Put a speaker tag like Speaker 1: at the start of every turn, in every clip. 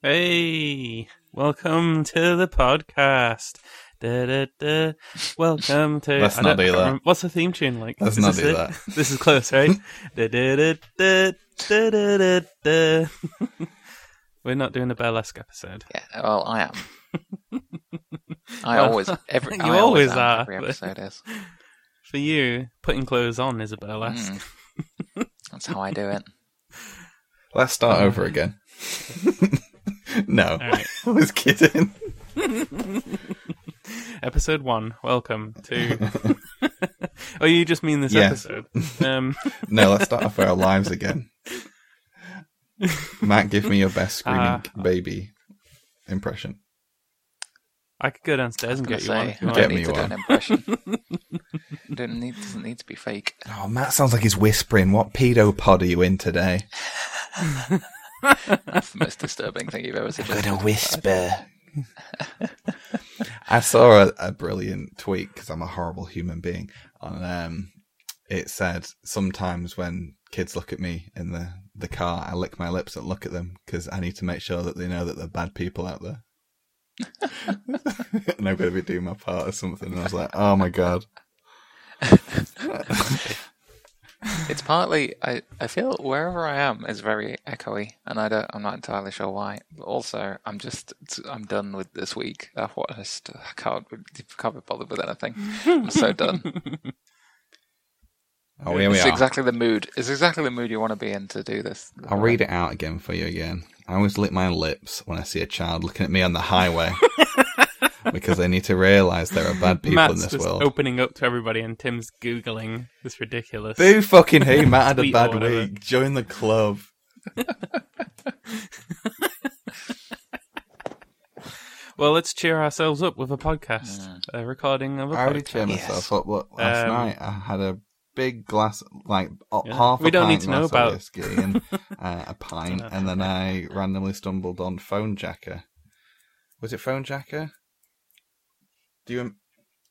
Speaker 1: Hey, welcome to the podcast. Da, da, da. Welcome to.
Speaker 2: Let's
Speaker 1: I
Speaker 2: not
Speaker 1: don't-
Speaker 2: do
Speaker 1: I
Speaker 2: that.
Speaker 1: remember- What's the theme tune like?
Speaker 2: Let's
Speaker 1: Is
Speaker 2: not
Speaker 1: this
Speaker 2: do
Speaker 1: it?
Speaker 2: that.
Speaker 1: This is close, right? da, da, da, da, da, da, da, da. We're not doing a burlesque episode.
Speaker 3: Yeah, well, I am. I
Speaker 1: Well,
Speaker 3: always every
Speaker 1: you
Speaker 3: I
Speaker 1: always
Speaker 3: always, am,
Speaker 1: are,
Speaker 3: Every
Speaker 1: but-
Speaker 3: episode is.
Speaker 1: For you, putting clothes on is a burlesque.
Speaker 2: Hmm.
Speaker 3: Mm. That's how I do it.
Speaker 2: Let's start over again. no,
Speaker 1: Oh. All right.
Speaker 2: I was kidding.
Speaker 1: Episode one. Welcome to. oh, you just mean this
Speaker 2: Yeah.
Speaker 1: episode? Um,
Speaker 2: No, let's start off with our lives again. Matt, give me your best screaming
Speaker 1: Ah.
Speaker 2: baby impression.
Speaker 1: I could go downstairs
Speaker 3: I'm
Speaker 1: and
Speaker 3: gonna
Speaker 1: get you one.
Speaker 3: say
Speaker 1: if you
Speaker 3: I don't
Speaker 1: want.
Speaker 2: Get
Speaker 3: need
Speaker 2: me
Speaker 3: to do
Speaker 2: one.
Speaker 3: an impression. don't need doesn't need to be fake.
Speaker 2: Oh, Matt sounds like he's whispering. What pedo pod are you in today?
Speaker 3: That's the most disturbing thing you've ever suggested.
Speaker 2: whisper. I saw a, a brilliant tweet because I'm a horrible human being. On um, it said sometimes when kids look at me in the the car, I lick my lips and look at them because I need to make sure that they know that there are bad people out there. and I'm going to be doing my part or something. And I was like, oh my god.
Speaker 3: It's partly I, I feel wherever I am is very echoey, and I don't I'm not entirely sure why. But also, I'm just I'm done with this week. I just I can't can't be bothered with anything. I'm so done.
Speaker 2: Oh, here we
Speaker 3: it's
Speaker 2: are.
Speaker 3: exactly the mood. It's exactly the mood you want to be in to do this.
Speaker 2: I'll read it out again for you again. I always lick my lips when I see a child looking at me on the highway because I need to realise there are bad people
Speaker 1: Matt's
Speaker 2: in this
Speaker 1: just
Speaker 2: world.
Speaker 1: opening up to everybody, and Tim's googling. It's ridiculous.
Speaker 2: Boo fucking who, Matt had a
Speaker 1: Tweet or
Speaker 2: bad
Speaker 1: whatever.
Speaker 2: week. Join the club.
Speaker 1: Well, let's cheer ourselves up with a podcast, a recording of a
Speaker 2: I already
Speaker 1: podcast.
Speaker 2: cheered
Speaker 3: Yes.
Speaker 2: myself up look, last
Speaker 1: Um,
Speaker 2: night. I had a big glass, like o-
Speaker 1: Yeah.
Speaker 2: half.
Speaker 1: We
Speaker 2: a
Speaker 1: don't
Speaker 2: pint
Speaker 1: need to know
Speaker 2: glass of
Speaker 1: about-
Speaker 2: whiskey and uh, a pint, and then I randomly stumbled on Phone Jacker. Was it Phone Jacker? Do you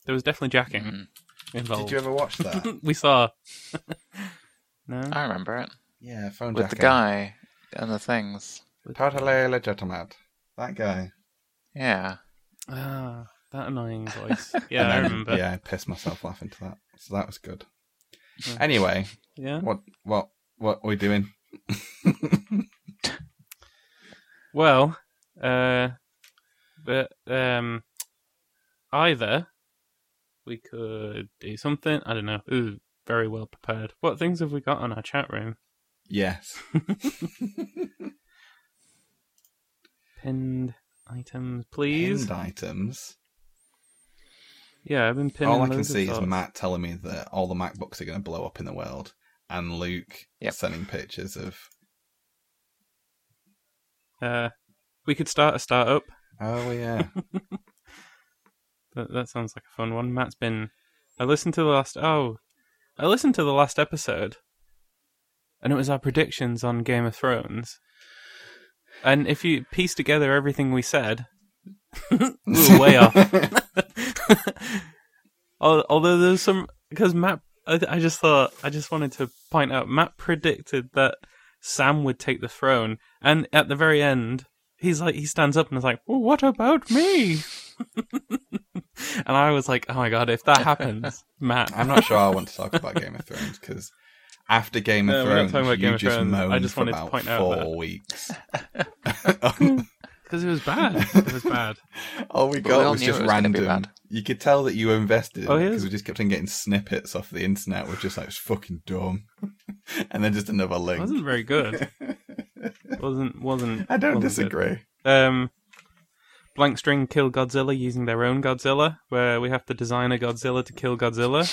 Speaker 1: There was definitely jacking
Speaker 3: Mhm.
Speaker 1: involved.
Speaker 2: did you ever watch that?
Speaker 1: we saw. no,
Speaker 3: I remember it
Speaker 2: yeah, Phone
Speaker 3: with
Speaker 2: Jacker
Speaker 3: the guy and the things.
Speaker 2: Totally legitimate. That guy.
Speaker 3: Yeah,
Speaker 1: ah, that annoying voice. Yeah,
Speaker 2: And
Speaker 1: I
Speaker 2: then-
Speaker 1: remember. Yeah.
Speaker 2: Yeah, I pissed myself laughing to that. So that was good.
Speaker 1: Yeah.
Speaker 2: Anyway, what what what are we doing?
Speaker 1: Well, uh, but um, either we could do something. I don't know. Ooh, very well prepared. What things have we got on our chat room?
Speaker 2: yes.
Speaker 1: Pinned items, please.
Speaker 2: Pinned items.
Speaker 1: Yeah, I've been pinning.
Speaker 2: all I can
Speaker 1: loads of
Speaker 2: see is
Speaker 1: thoughts.
Speaker 2: Matt telling me that all the MacBooks are going to blow up in the world, and Luke
Speaker 3: Yep.
Speaker 2: sending pictures of.
Speaker 1: Uh, we could start a startup.
Speaker 2: Oh yeah,
Speaker 1: That, that sounds like a fun one. Matt's been. I listened to the last. Oh, I listened to the last episode, and it was our predictions on Game of Thrones. And if you piece together everything we said, we were way off. Al- Although there's some because Matt, I, I just thought I just wanted to point out Matt predicted that Sam would take the throne, and at the very end, he's like he stands up and is like, well, "What about me?" and I was like, "Oh my god, if that happens, Matt."
Speaker 2: I'm not sure I want to talk about Game of Thrones because after Game
Speaker 1: No,
Speaker 2: of
Speaker 1: we're not
Speaker 2: Thrones,
Speaker 1: talking about Game
Speaker 2: you
Speaker 1: of
Speaker 2: just
Speaker 1: Thrones. I
Speaker 2: moaned
Speaker 1: just
Speaker 2: for
Speaker 1: wanted to
Speaker 2: about
Speaker 1: point out
Speaker 2: four
Speaker 1: that-
Speaker 2: weeks.
Speaker 1: Because it was bad. It was bad.
Speaker 2: all we
Speaker 3: But we
Speaker 2: got
Speaker 3: all
Speaker 2: was
Speaker 3: knew
Speaker 2: just
Speaker 3: it was gonna
Speaker 2: random.
Speaker 3: be bad.
Speaker 2: You could tell that you were invested in
Speaker 1: Oh,
Speaker 2: it
Speaker 1: yeah.
Speaker 2: because we just kept on getting snippets off the internet. We're just like, it's fucking dumb. and then just another
Speaker 1: It
Speaker 2: link.
Speaker 1: wasn't very good. wasn't wasn't.
Speaker 2: I don't
Speaker 1: wasn't good.
Speaker 2: disagree.
Speaker 1: um, blank string kill Godzilla using their own Godzilla, where we have to design a Godzilla to kill Godzilla.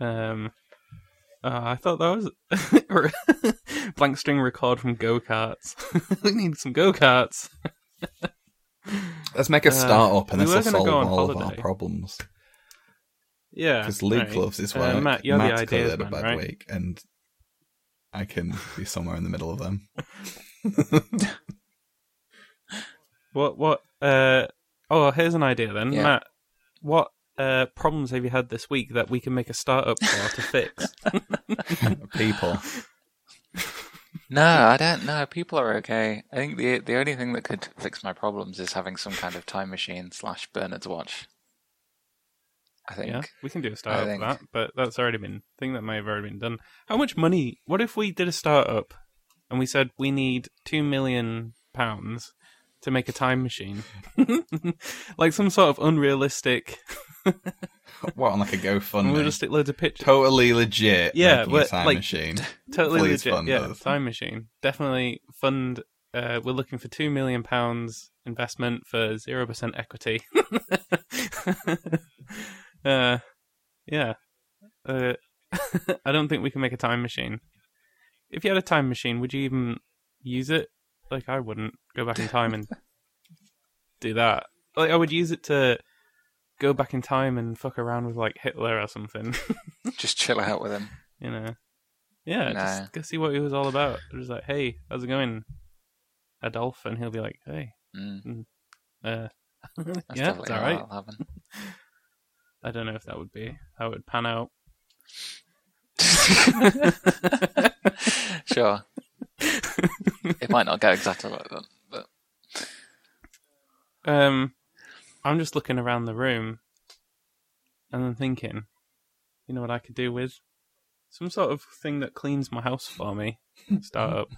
Speaker 1: um, uh, I thought that was blank string record from go karts. we need some go karts.
Speaker 2: Let's make
Speaker 1: Uh,
Speaker 2: a startup and
Speaker 1: we
Speaker 2: this
Speaker 1: were
Speaker 2: will
Speaker 1: gonna
Speaker 2: solve
Speaker 1: go on
Speaker 2: all of our
Speaker 1: holiday.
Speaker 2: problems.
Speaker 1: Yeah,
Speaker 2: because Luke
Speaker 1: right.
Speaker 2: loves his
Speaker 1: Uh,
Speaker 2: work.
Speaker 1: Matt, you're
Speaker 2: Matt's
Speaker 1: the
Speaker 2: clearly
Speaker 1: ideas
Speaker 2: had
Speaker 1: man,
Speaker 2: a bad
Speaker 1: right?
Speaker 2: week, and I can be somewhere in the middle of them.
Speaker 1: What? What? Uh, oh, here's an idea then,
Speaker 3: Yeah.
Speaker 1: Matt. What uh, problems have you had this week that we can make a startup for to fix?
Speaker 2: People,
Speaker 3: No, I don't know. People are okay. I think the the only thing that could fix my problems is having some kind of time machine slash Bernard's watch. I think.
Speaker 1: Yeah, we can do a startup
Speaker 3: think-
Speaker 1: for that, but that's already been I think that may have already been done. How much money? What if we did a startup and we said we need two million pounds to make a time machine, like some sort of unrealistic?
Speaker 2: What on like a
Speaker 1: And
Speaker 2: GoFundMe?
Speaker 1: we'll just stick loads of pictures.
Speaker 2: Totally legit.
Speaker 1: Yeah,
Speaker 2: making a
Speaker 1: but,
Speaker 2: time
Speaker 1: like-
Speaker 2: machine.
Speaker 1: totally
Speaker 2: Please
Speaker 1: legit.
Speaker 2: fund
Speaker 1: yeah,
Speaker 2: us.
Speaker 1: time machine. Definitely fund. Uh, we're looking for two million pounds investment for zero percent equity. uh, yeah, uh, I don't think we can make a time machine. If you had a time machine, would you even use it? Like, I wouldn't go back in time and do that. Like, I would use it to go back in time and fuck around with like Hitler or something.
Speaker 3: Just chill out with him.
Speaker 1: you know. Yeah,
Speaker 3: Nah.
Speaker 1: just go see what he was all about. It was like, hey, how's it going, Adolf? And he'll be like, hey,
Speaker 3: Mm,
Speaker 1: uh,
Speaker 3: that's
Speaker 1: yeah, it's
Speaker 3: definitely
Speaker 1: all
Speaker 3: how
Speaker 1: right.
Speaker 3: that'll happen.
Speaker 1: I don't know if that would be how it would pan out.
Speaker 3: sure. it might not go exactly like that, but
Speaker 1: Um, I'm just looking around the room, and I'm thinking, you know what I could do with some sort of thing that cleans my house for me. Startup.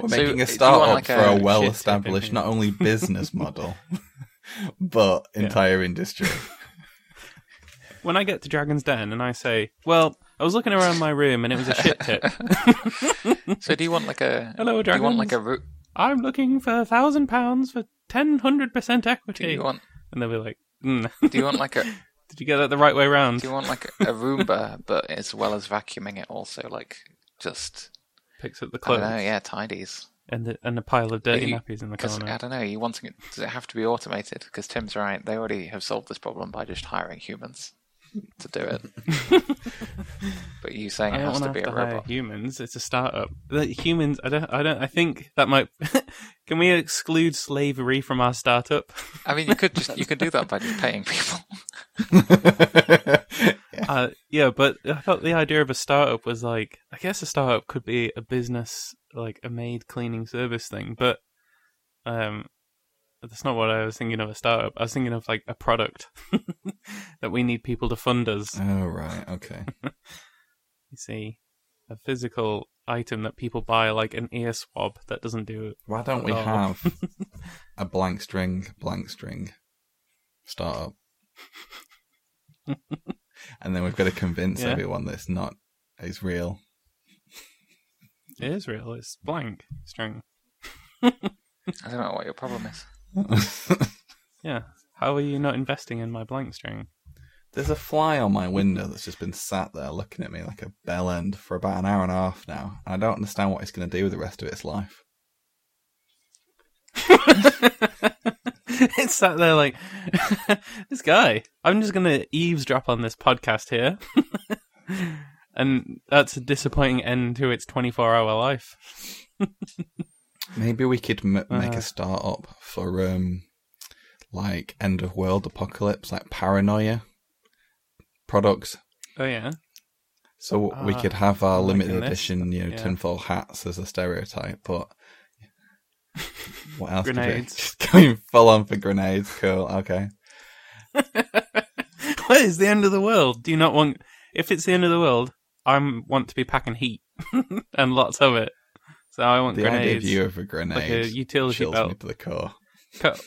Speaker 2: We're
Speaker 3: So,
Speaker 2: making
Speaker 3: do you
Speaker 2: a
Speaker 3: want,
Speaker 2: startup
Speaker 3: like,
Speaker 2: for
Speaker 3: a
Speaker 2: a,
Speaker 1: shit
Speaker 2: well established
Speaker 1: tipping?
Speaker 2: not only business model but
Speaker 1: Yeah.
Speaker 2: entire industry.
Speaker 1: when I get to Dragon's Den, and I say, well, I was looking around my room, and it was a shit tip.
Speaker 3: so do you want like a
Speaker 1: Hello,
Speaker 3: do you want like
Speaker 1: dragons.
Speaker 3: a root
Speaker 1: I'm looking for a thousand pounds for ten hundred percent
Speaker 3: do
Speaker 1: equity.
Speaker 3: you want
Speaker 1: And they'll be like, mm.
Speaker 3: do you want like a do
Speaker 1: "Did you get that the right way round?"
Speaker 3: you want like a Roomba but as well as vacuuming it also like just
Speaker 1: Picks up the
Speaker 3: I don't
Speaker 1: clothes
Speaker 3: know, yeah, tidies.
Speaker 1: and the, and a pile of dirty
Speaker 3: If you-
Speaker 1: nappies in the
Speaker 3: 'Cause, I
Speaker 1: corner.
Speaker 3: don't know, you wanting it does it have to be automated? Because Tim's right, they already have solved this problem by just hiring humans to do it. but you saying
Speaker 1: I
Speaker 3: it
Speaker 1: don't
Speaker 3: has
Speaker 1: want
Speaker 3: to
Speaker 1: to
Speaker 3: be
Speaker 1: have
Speaker 3: a
Speaker 1: to hire
Speaker 3: robot?
Speaker 1: humans. It's a startup. The humans, I don't, I don't, I think that might. Can we exclude slavery from our startup?
Speaker 3: I mean, you could just you could do that by just paying people.
Speaker 1: uh, yeah, but I thought the idea of a startup was like, I guess a startup could be a business, like a maid cleaning service thing, but um, that's not what I was thinking of a startup. I was thinking of like a product that we need people to fund us.
Speaker 2: oh right, okay.
Speaker 1: You see, a physical item that people buy, like an ear swab that doesn't do it.
Speaker 2: Why don't we
Speaker 1: Oh.
Speaker 2: have a blank string, blank string startup? and then we've got to convince
Speaker 1: Yeah.
Speaker 2: everyone that it's not it's real.
Speaker 1: It is real. It's blank string.
Speaker 3: I don't know what your problem is.
Speaker 1: Yeah. How are you not investing in my blank string?
Speaker 2: There's a fly on my window that's just been sat there looking at me like a bell end for about an hour and a half now. And I don't understand what it's going to do with the rest of its life.
Speaker 1: it's sat there like this guy. I'm just gonna eavesdrop on this podcast here, and that's a disappointing end to its 24 hour life.
Speaker 2: Maybe we could m- make
Speaker 1: Uh.
Speaker 2: a startup for um, like end of world apocalypse, like paranoia products.
Speaker 1: Oh yeah,
Speaker 2: So we
Speaker 1: Ah,
Speaker 2: could have our
Speaker 1: like
Speaker 2: limited
Speaker 1: in this?
Speaker 2: edition, you know,
Speaker 1: Yeah.
Speaker 2: tinfoil hats as a stereotype, but what else? could we-
Speaker 1: Grenades.
Speaker 2: Just going full on for grenades. Cool. Okay.
Speaker 1: what is the end of the world? Do you not want? If it's the end of the world, I want to be packing heat and lots of it. So I want
Speaker 2: The idea of
Speaker 1: grenades,
Speaker 2: you of a
Speaker 1: like
Speaker 2: grenade
Speaker 1: a utility
Speaker 2: chills
Speaker 1: belt.
Speaker 2: me to the core.
Speaker 1: Cut.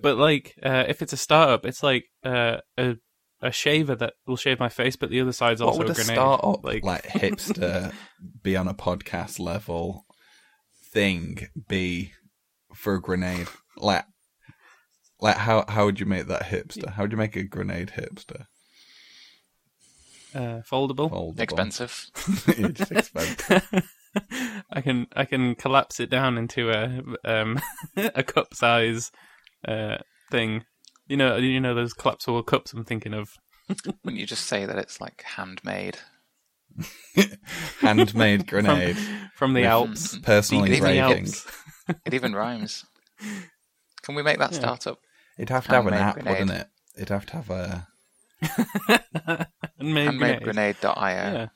Speaker 1: but like, uh, if it's a startup, it's like uh, a a shaver that will shave my face, but the other side's also
Speaker 2: what
Speaker 1: a
Speaker 2: would
Speaker 1: grenade.
Speaker 2: startup
Speaker 1: like-
Speaker 2: like, hipster be on a podcast level thing be for a grenade? Like, like how how would you make that hipster? How would you make a grenade hipster?
Speaker 1: Uh, foldable.
Speaker 2: Foldable.
Speaker 3: Expensive.
Speaker 2: it's expensive.
Speaker 1: I can I can collapse it down into a um a cup size uh thing. You know you know those collapsible cups I'm thinking of.
Speaker 3: Wouldn't you just say that it's like handmade?
Speaker 2: Handmade grenade.
Speaker 1: from the
Speaker 2: With
Speaker 1: Alps.
Speaker 2: Personal
Speaker 1: Deep in the
Speaker 2: engraving.
Speaker 1: Alps.
Speaker 3: It even rhymes. Can we make that
Speaker 1: Yeah.
Speaker 3: startup?
Speaker 2: It'd have to have an
Speaker 3: Handmade
Speaker 2: app,
Speaker 3: grenade.
Speaker 2: wouldn't it? It'd have to have a
Speaker 1: Handmade grenade.
Speaker 3: Handmadegrenade.io.
Speaker 1: Yeah.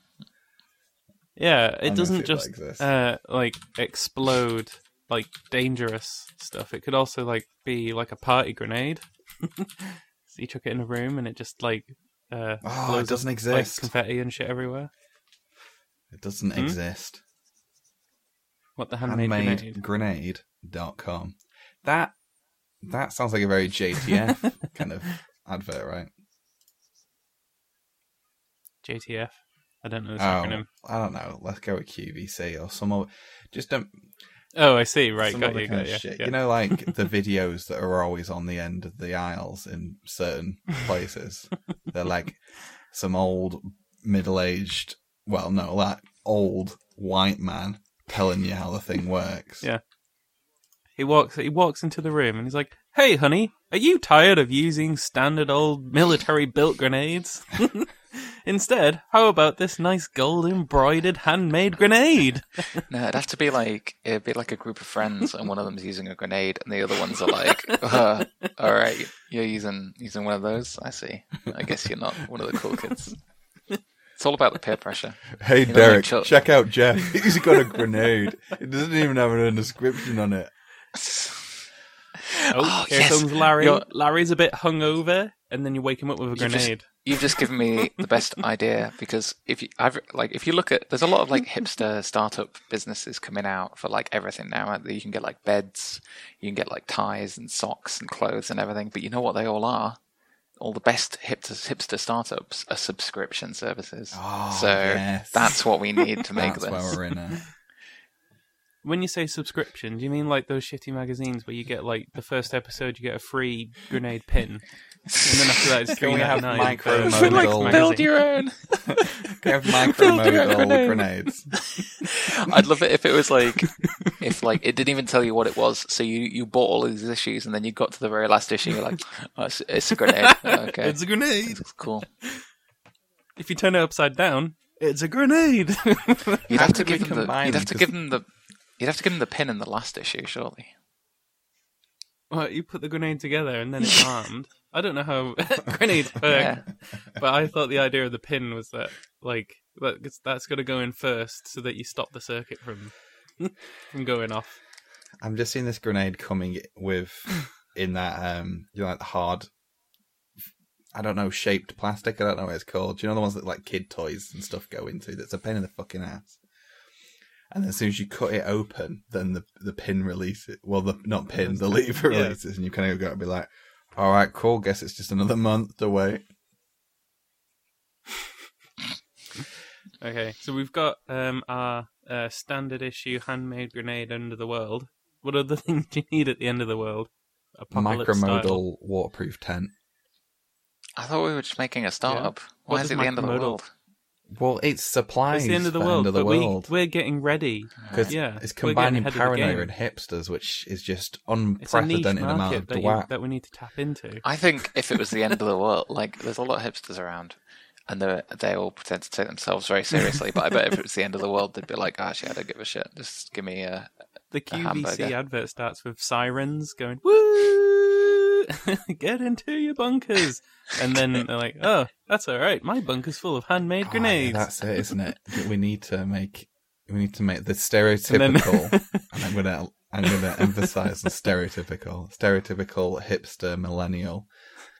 Speaker 1: Yeah,
Speaker 2: I'm
Speaker 1: it
Speaker 2: gonna see
Speaker 1: doesn't
Speaker 2: if that
Speaker 1: just
Speaker 2: exists.
Speaker 1: uh, like explode like dangerous stuff. It could also like be like a party grenade. so you chuck it in a room and it just like uh,
Speaker 2: Oh,
Speaker 1: blows
Speaker 2: it doesn't
Speaker 1: up, like
Speaker 2: exist.
Speaker 1: confetti and shit everywhere.
Speaker 2: it doesn't
Speaker 1: Hmm?
Speaker 2: exist.
Speaker 1: What the handmade, grenade?
Speaker 2: handmadegrenade.com. That that sounds like a very JTF kind of advert, right?
Speaker 1: JTF. I don't know this
Speaker 2: Oh,
Speaker 1: acronym.
Speaker 2: I don't know. Let's go with QVC or some other. Just don't.
Speaker 1: Oh, I see. Right,
Speaker 2: some
Speaker 1: got
Speaker 2: other
Speaker 1: you.
Speaker 2: kind
Speaker 1: Got
Speaker 2: of
Speaker 1: you.
Speaker 2: shit.
Speaker 1: yeah.
Speaker 2: You know, like the videos that are always on the end of the aisles in certain places. They're like some old middle-aged, well, no, like old white man telling you how the thing works.
Speaker 1: Yeah. He walks. He walks into the room and he's like, "Hey, honey, are you tired of using standard old military-built grenades? Instead, how about this nice gold-embroidered handmade grenade?"
Speaker 3: No, it'd have to be like it'd be like a group of friends, and one of them's using a grenade, and the other ones are like, uh, "All right, you're using using one of those. I see. I guess you're not one of the cool kids." It's all about the peer pressure.
Speaker 2: Hey
Speaker 3: know,
Speaker 2: Derek,
Speaker 3: like, chill-
Speaker 2: check out Jeff. He's got a grenade. It doesn't even have an inscription on it.
Speaker 1: Oh,
Speaker 3: Oh,
Speaker 1: here
Speaker 3: yes.
Speaker 1: comes Larry.
Speaker 3: You're-
Speaker 1: Larry's a bit hungover, and then you wake him up with a
Speaker 3: You just-
Speaker 1: grenade.
Speaker 3: You've just given me the best idea because if you, I've like, if you look at, there's a lot of like hipster startup businesses coming out for like everything now. aren't there? You can get like beds, you can get like ties and socks and clothes and everything. But you know what they all are? All the best hipster hipster startups are subscription services.
Speaker 2: Oh,
Speaker 3: so
Speaker 2: yes.
Speaker 3: that's what we need to make
Speaker 2: That's
Speaker 3: this.
Speaker 2: where we're in now.
Speaker 1: When you say subscription, do you mean like those shitty magazines where you get like the first episode, you get a free grenade pin, and then after that it's
Speaker 2: Can
Speaker 1: three
Speaker 2: we have
Speaker 1: ninety nine.
Speaker 2: micro
Speaker 3: So, like,
Speaker 2: Modal
Speaker 3: build your own.
Speaker 2: They have micromodal
Speaker 3: grenade.
Speaker 2: grenades.
Speaker 3: I'd love it if it was like if like it didn't even tell you what it was. So you you bought all these issues, and then you got to the very last issue, you're like, oh, it's, it's a grenade. Oh, Okay,
Speaker 1: It's a grenade.
Speaker 3: It's cool.
Speaker 1: If you turn it upside down, it's a grenade.
Speaker 3: You'd
Speaker 2: How
Speaker 3: have to
Speaker 2: could we
Speaker 3: give them the
Speaker 2: combine
Speaker 3: you'd have to
Speaker 2: just-
Speaker 3: give them the you'd have to give them the pin in the last issue, surely.
Speaker 1: Well, you put the grenade together and then it's armed. I don't know how grenades work,
Speaker 3: Yeah,
Speaker 1: but I thought the idea of the pin was that, like, that- that's got to go in first so that you stop the circuit from from going off.
Speaker 2: I'm just seeing this grenade coming with in that um you know like the hard I don't know, shaped plastic, I don't know what it's called. Do you know the ones that like kid toys and stuff go into that's a pain in the fucking ass? And as soon as you cut it open, then the the pin releases well the not pin, the lever
Speaker 1: Yeah.
Speaker 2: releases and you kinda gotta be like, Alright, cool, guess it's just another month to wait.
Speaker 1: Okay, so we've got um, our uh, standard issue handmade grenade under the world. What other things do you need at the end of the world? Apocalypse style.
Speaker 2: Micromodal waterproof tent.
Speaker 3: I thought we were just making a startup.
Speaker 1: What
Speaker 3: Why is
Speaker 1: does
Speaker 3: it the end of the
Speaker 1: micromodal-
Speaker 3: world?
Speaker 2: Well, it's supplies.
Speaker 1: It's the end of the
Speaker 2: for
Speaker 1: world,
Speaker 2: End of the
Speaker 1: but
Speaker 2: world.
Speaker 1: We, we're getting ready.
Speaker 2: Because
Speaker 1: Yeah,
Speaker 2: it's
Speaker 1: we're getting
Speaker 2: combining
Speaker 1: ahead of the
Speaker 2: paranoia
Speaker 1: game.
Speaker 2: and hipsters, which is just
Speaker 1: It's a niche
Speaker 2: unprecedented amount of
Speaker 1: market that, you,
Speaker 2: dwat.
Speaker 1: that we need to tap into.
Speaker 3: I think if it was the end of the world, like there's a lot of hipsters around, and they they all pretend to take themselves very seriously. But I bet if it was the end of the world, they'd be like, actually, I don't give a shit. Just give me a
Speaker 1: The
Speaker 3: a
Speaker 1: QVC
Speaker 3: hamburger.
Speaker 1: advert starts with sirens going, woo! Get into your bunkers! And then they're like, oh, that's alright. My bunker's full of handmade
Speaker 2: Oh, yeah,
Speaker 1: grenades.
Speaker 2: that's it, isn't it? We need to make we need to make the stereotypical. and, I'm gonna I'm gonna emphasize the stereotypical, stereotypical hipster millennial,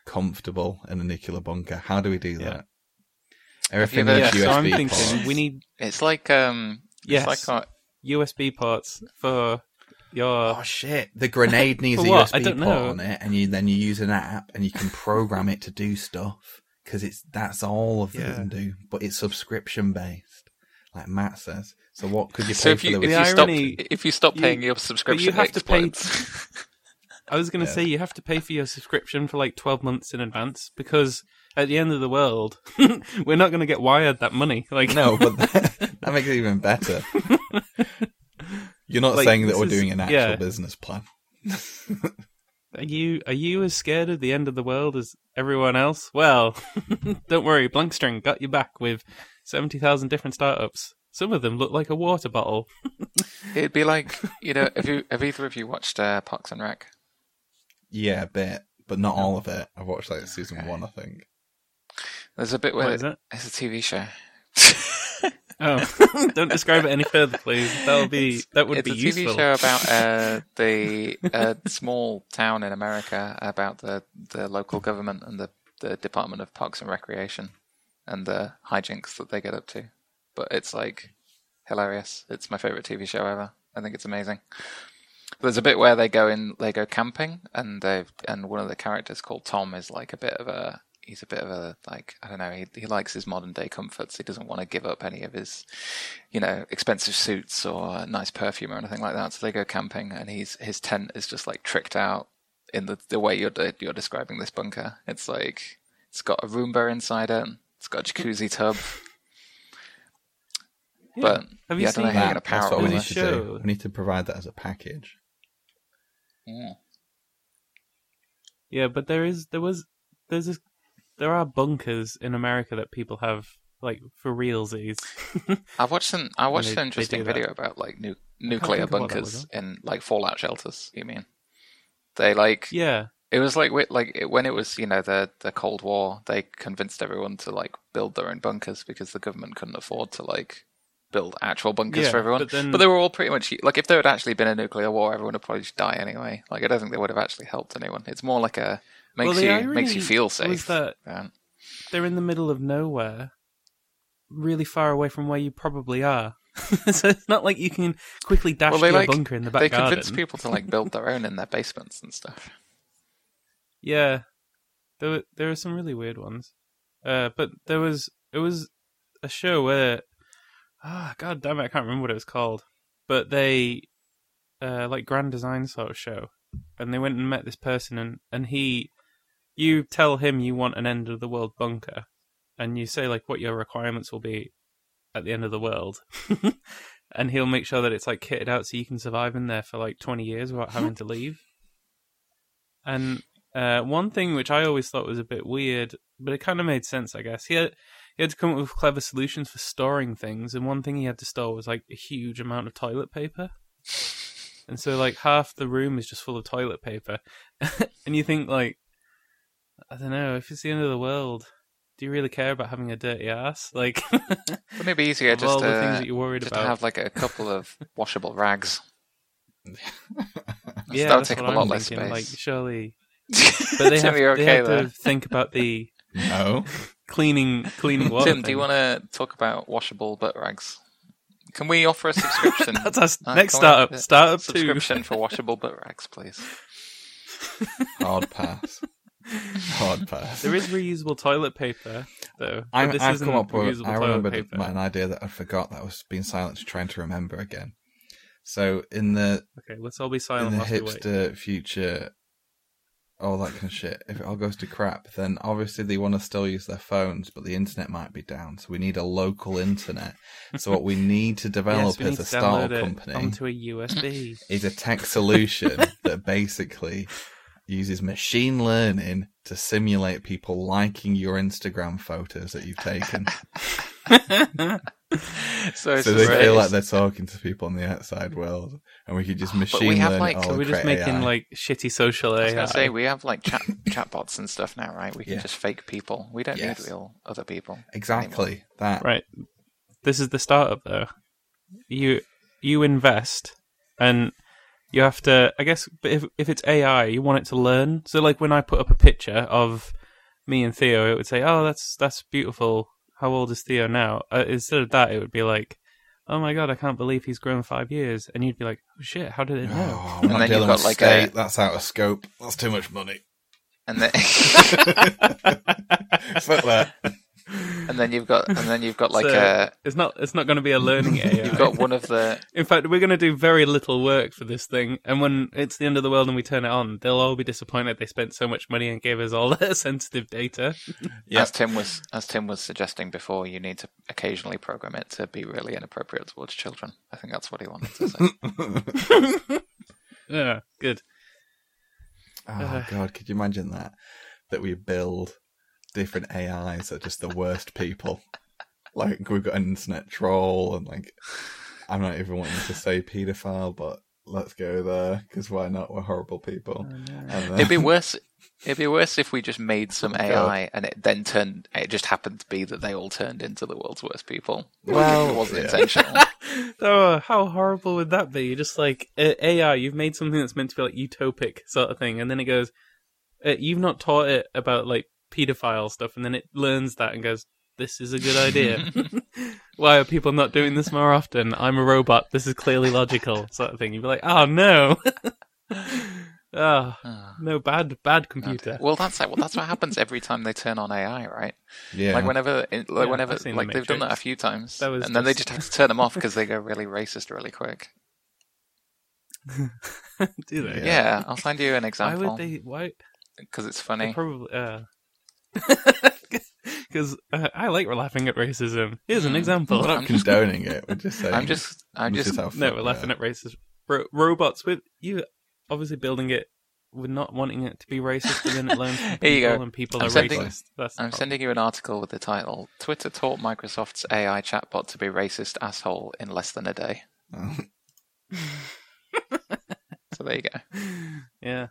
Speaker 2: comfortable in a nuclear bunker. How do we do
Speaker 1: Yeah.
Speaker 2: that? Everything
Speaker 3: ever-
Speaker 1: yeah,
Speaker 2: needs
Speaker 1: so I'm
Speaker 2: USB
Speaker 1: thinking
Speaker 2: ports.
Speaker 1: we need
Speaker 3: It's like um,
Speaker 1: Yes.
Speaker 3: it's like
Speaker 1: USB ports for your.
Speaker 2: Oh shit! The grenade needs a
Speaker 1: Uh, For what? I
Speaker 2: USB port
Speaker 1: don't know.
Speaker 2: on it, and you then you use an app and you can program it to do stuff because it's that's all of
Speaker 1: Yeah.
Speaker 2: it can do, but it's subscription based, like Matt says. So what could you
Speaker 3: so
Speaker 2: pay
Speaker 3: if
Speaker 2: for
Speaker 3: you
Speaker 2: the
Speaker 3: if
Speaker 1: The
Speaker 3: you
Speaker 2: USB?
Speaker 3: stop
Speaker 1: irony-
Speaker 3: if you stop
Speaker 1: you-
Speaker 3: paying your subscription,
Speaker 1: have
Speaker 3: it
Speaker 1: to pay-
Speaker 3: explodes.
Speaker 1: I was going to
Speaker 2: Yeah.
Speaker 1: say you have to pay for your subscription for like 12 months in advance because at the end of the world, we're not going to get wired that money. Like,
Speaker 2: No, but that, that makes it even better. You're not
Speaker 1: Like,
Speaker 2: saying that
Speaker 1: this
Speaker 2: we're
Speaker 1: is-
Speaker 2: doing an actual
Speaker 1: yeah.
Speaker 2: business plan.
Speaker 1: Are you are you as scared of the end of the world as everyone else? Well, don't worry, Blankstring got you back with seventy thousand different startups. Some of them look like a water bottle.
Speaker 3: It'd be like you know, have you have either of you watched uh, Parks and Rec?
Speaker 2: Yeah, a bit, but not all of it. I've watched like season one, I think.
Speaker 3: There's a bit
Speaker 1: What
Speaker 3: where
Speaker 1: is it?
Speaker 3: it's a TV show.
Speaker 1: Oh, don't describe it any further, please. That would be that would
Speaker 3: it's
Speaker 1: be
Speaker 3: a TV
Speaker 1: useful.
Speaker 3: show about uh, the uh, small town in America about the, the local government and the, the Department of Parks and Recreation and the hijinks that they get up to. But it's like hilarious. It's my favorite TV show ever. I think it's amazing. There's a bit where they go in, they go camping, and they and one of the characters called Tom is like a bit of a he's a bit of a like I don't know he he likes his modern day comforts. He doesn't want to give up any of his you know, expensive suits or nice perfume or anything like that. So they go camping, and he's his tent is just like tricked out in the the way you're de- you're describing this bunker. It's like it's got a Roomba inside it. It's got a jacuzzi tub.
Speaker 1: Yeah.
Speaker 3: But
Speaker 1: Have you
Speaker 3: yeah, I don't
Speaker 1: seen
Speaker 3: know how you're
Speaker 1: that?
Speaker 3: gonna
Speaker 2: that's
Speaker 3: power
Speaker 2: what
Speaker 3: all
Speaker 2: we
Speaker 1: Really
Speaker 2: need
Speaker 3: that.
Speaker 2: to
Speaker 1: show.
Speaker 2: do. We need to provide that as a package.
Speaker 3: Yeah.
Speaker 1: Yeah, but there is there was there's this, there are bunkers in America that people have like for realsies.
Speaker 3: I watched an I watched
Speaker 1: they-
Speaker 3: an
Speaker 1: they
Speaker 3: interesting
Speaker 1: do that.
Speaker 3: video about like nu- nuclear
Speaker 1: think of what that
Speaker 3: bunkers
Speaker 1: was,
Speaker 3: in like fallout shelters. You mean they like
Speaker 1: yeah,
Speaker 3: It was like wi- like it- when it was you know the the Cold War, they convinced everyone to like build their own bunkers because the government couldn't afford to like build actual bunkers
Speaker 1: Yeah,
Speaker 3: for everyone.
Speaker 1: but then-
Speaker 3: they were all pretty much like if there had actually been a nuclear war, everyone would probably just die anyway. Like I don't think they would have actually helped anyone. It's more like a
Speaker 1: Well,
Speaker 3: makes
Speaker 1: the
Speaker 3: you makes
Speaker 1: irony
Speaker 3: you feel
Speaker 1: was
Speaker 3: safe.
Speaker 1: that
Speaker 3: Yeah.
Speaker 1: they're in the middle of nowhere, really far away from where you probably are. so it's not like you can quickly dash
Speaker 3: Well,
Speaker 1: to
Speaker 3: they
Speaker 1: a
Speaker 3: like
Speaker 1: bunker in the back
Speaker 3: they
Speaker 1: garden.
Speaker 3: convinced people to like build their own in their basements and stuff.
Speaker 1: Yeah, there were, there are some really weird ones. Uh, but there was it was a show where ah god damn it I can't remember what it was called, but they uh like grand design sort of show, and they went and met this person and and he you tell him you want an end of the world bunker, and you say like what your requirements will be at the end of the world. And he'll make sure that it's like kitted out so you can survive in there for like twenty years without having to leave. And uh, one thing which I always thought was a bit weird, but it kind of made sense, I guess. He had, he had to come up with clever solutions for storing things, and one thing he had to store was like a huge amount of toilet paper. And so, like half the room is just full of toilet paper, and you think, like, I don't know, if it's the end of the world, do you really care about having a dirty ass? Like,
Speaker 3: Wouldn't it be easier
Speaker 1: of
Speaker 3: just
Speaker 1: all the
Speaker 3: to
Speaker 1: things that you're worried
Speaker 3: just to
Speaker 1: about.
Speaker 3: have like a couple of washable rags?
Speaker 1: yeah,
Speaker 3: that would
Speaker 1: that's
Speaker 3: take up
Speaker 1: what
Speaker 3: a
Speaker 1: I'm
Speaker 3: lot less
Speaker 1: thinking, Like,
Speaker 3: space.
Speaker 1: surely, but they
Speaker 3: Tim,
Speaker 1: have,
Speaker 3: you're okay
Speaker 1: they have
Speaker 3: there.
Speaker 1: to think about the
Speaker 2: No,
Speaker 1: cleaning, cleaning water.
Speaker 3: Tim, do you
Speaker 1: thing.
Speaker 3: want to talk about washable butt rags? Can we offer a subscription?
Speaker 1: That's us.
Speaker 3: Uh,
Speaker 1: next
Speaker 3: can we-
Speaker 1: startup,
Speaker 3: uh,
Speaker 1: startup two.
Speaker 3: subscription for washable butt rags, please.
Speaker 2: hard pass. Hard pass.
Speaker 1: There is reusable toilet paper, though. but
Speaker 2: I'm,
Speaker 1: this
Speaker 2: I've
Speaker 1: isn't
Speaker 2: come up with
Speaker 1: reusable
Speaker 2: I
Speaker 1: toilet
Speaker 2: remembered
Speaker 1: paper.
Speaker 2: my, an idea that I forgot that I was being silent to trying to remember again. So in the
Speaker 1: Okay, let's all be
Speaker 2: in
Speaker 1: silent
Speaker 2: the
Speaker 1: whilst we wait.
Speaker 2: hipster future, all that kind of shit. If it all goes to crap, then obviously they want to still use their phones, but the internet might be down. So we need a local internet. so what we need to
Speaker 1: Yes,
Speaker 2: develop
Speaker 1: we need
Speaker 2: as
Speaker 1: to
Speaker 2: a
Speaker 1: download
Speaker 2: startup
Speaker 1: it
Speaker 2: company
Speaker 1: onto a USB.
Speaker 2: is a tech solution that basically uses machine learning to simulate people liking your Instagram photos that you've taken.
Speaker 3: So, it's
Speaker 2: so
Speaker 3: just
Speaker 2: they
Speaker 3: really-
Speaker 2: feel like they're talking to people in the outside world, and we could just machine
Speaker 3: we have,
Speaker 2: learn
Speaker 3: like-
Speaker 2: it all.
Speaker 3: So
Speaker 1: so we're
Speaker 2: and
Speaker 1: just
Speaker 2: create
Speaker 1: making
Speaker 2: AI.
Speaker 1: like shitty social
Speaker 3: I was
Speaker 1: AI.
Speaker 3: going to say we have like chat chatbots and stuff now, right? We can
Speaker 2: Yeah.
Speaker 3: just fake people. We don't
Speaker 2: Yes.
Speaker 3: need real other people.
Speaker 2: exactly that.
Speaker 1: Right. This is the startup, though. You you invest, and you have to. I guess, but if if it's AI, you want it to learn. So, like when I put up a picture of me and Theo, it would say, "Oh, that's that's beautiful. How old is Theo now?" Uh, instead of that, it would be like, "Oh my god, I can't believe he's grown five years," and you'd be like, "Oh shit, how did it know?"
Speaker 2: Oh, we're
Speaker 3: then
Speaker 2: not
Speaker 3: you've
Speaker 2: dealing
Speaker 3: got,
Speaker 2: with
Speaker 3: like, a-
Speaker 2: state. That's out of scope. That's too much money.
Speaker 3: And then,
Speaker 2: Fuck that. Oh,
Speaker 3: and then you've got, and then you've got like
Speaker 1: So-
Speaker 3: a,
Speaker 1: It's not it's not going to be a learning AI.
Speaker 3: you've got one of the,
Speaker 1: In fact, we're going to do very little work for this thing, and when it's the end of the world and we turn it on, they'll all be disappointed they spent so much money and gave us all their sensitive data.
Speaker 2: Yeah.
Speaker 3: as Tim was, as Tim was suggesting before, you need to occasionally program it to be really inappropriate towards children. I think that's what he wanted to say.
Speaker 1: Yeah, good.
Speaker 3: Uh.
Speaker 2: Oh god, could you imagine that? That we build different AIs that are just the worst people. Like we've got an internet troll and like I'm not even wanting to say paedophile, but let's go there because why not? We're horrible people. And then-
Speaker 3: It'd be worse. It'd be worse if we just made some
Speaker 2: God.
Speaker 3: AI and it then turned. It just happened to be that they all turned into the world's worst people.
Speaker 2: Well,
Speaker 3: it wasn't
Speaker 2: yeah.
Speaker 3: intentional.
Speaker 1: Oh, how horrible would that be? Just like uh, AI, you've made something that's meant to be like utopic sort of thing, and then it goes, uh, you've not taught it about like pedophile stuff, and then it learns that and goes, this is a good idea. Why are people not doing this more often? I'm a robot. This is clearly logical sort of thing. You'd be like, oh no, ah,
Speaker 3: Ah,
Speaker 1: no, bad, bad
Speaker 3: no, dear.
Speaker 1: computer.
Speaker 3: well, that's well, that's what happens every time they turn on AI, right?
Speaker 2: yeah,
Speaker 3: Like whenever, it- like
Speaker 1: Yeah,
Speaker 3: whenever,
Speaker 1: I've seen The
Speaker 3: like they've done that a
Speaker 1: Matrix.
Speaker 3: few times,
Speaker 1: That
Speaker 3: and
Speaker 1: was
Speaker 3: then they
Speaker 1: just-
Speaker 3: just have to turn them off because they go really racist really quick.
Speaker 1: Do they?
Speaker 2: Yeah.
Speaker 3: Yeah, I'll find you an
Speaker 1: Why would
Speaker 3: example
Speaker 1: they? Why?
Speaker 3: because it's
Speaker 1: they
Speaker 3: funny.
Speaker 1: Probably. Uh, Because uh, I like laughing at racism. Here's an
Speaker 3: Mm.
Speaker 1: example.
Speaker 2: we're not
Speaker 3: I'm-
Speaker 2: condoning it. We're just saying.
Speaker 3: I'm just, I'm
Speaker 2: this
Speaker 3: just
Speaker 2: is how
Speaker 1: No,
Speaker 2: fucked
Speaker 1: we're
Speaker 2: we
Speaker 1: laughing
Speaker 2: are.
Speaker 1: at racist ro- robots. With you, obviously building it, we're not wanting it to be racist, but then it learns from people,
Speaker 3: Here you go.
Speaker 1: and people
Speaker 3: I'm
Speaker 1: are
Speaker 3: sending-
Speaker 1: racist. That's the
Speaker 3: I'm
Speaker 1: problem.
Speaker 3: sending you an article with the title Twitter taught Microsoft's AI chatbot to be racist asshole in less than a day.
Speaker 2: Oh.
Speaker 3: So there you go.
Speaker 1: Yeah,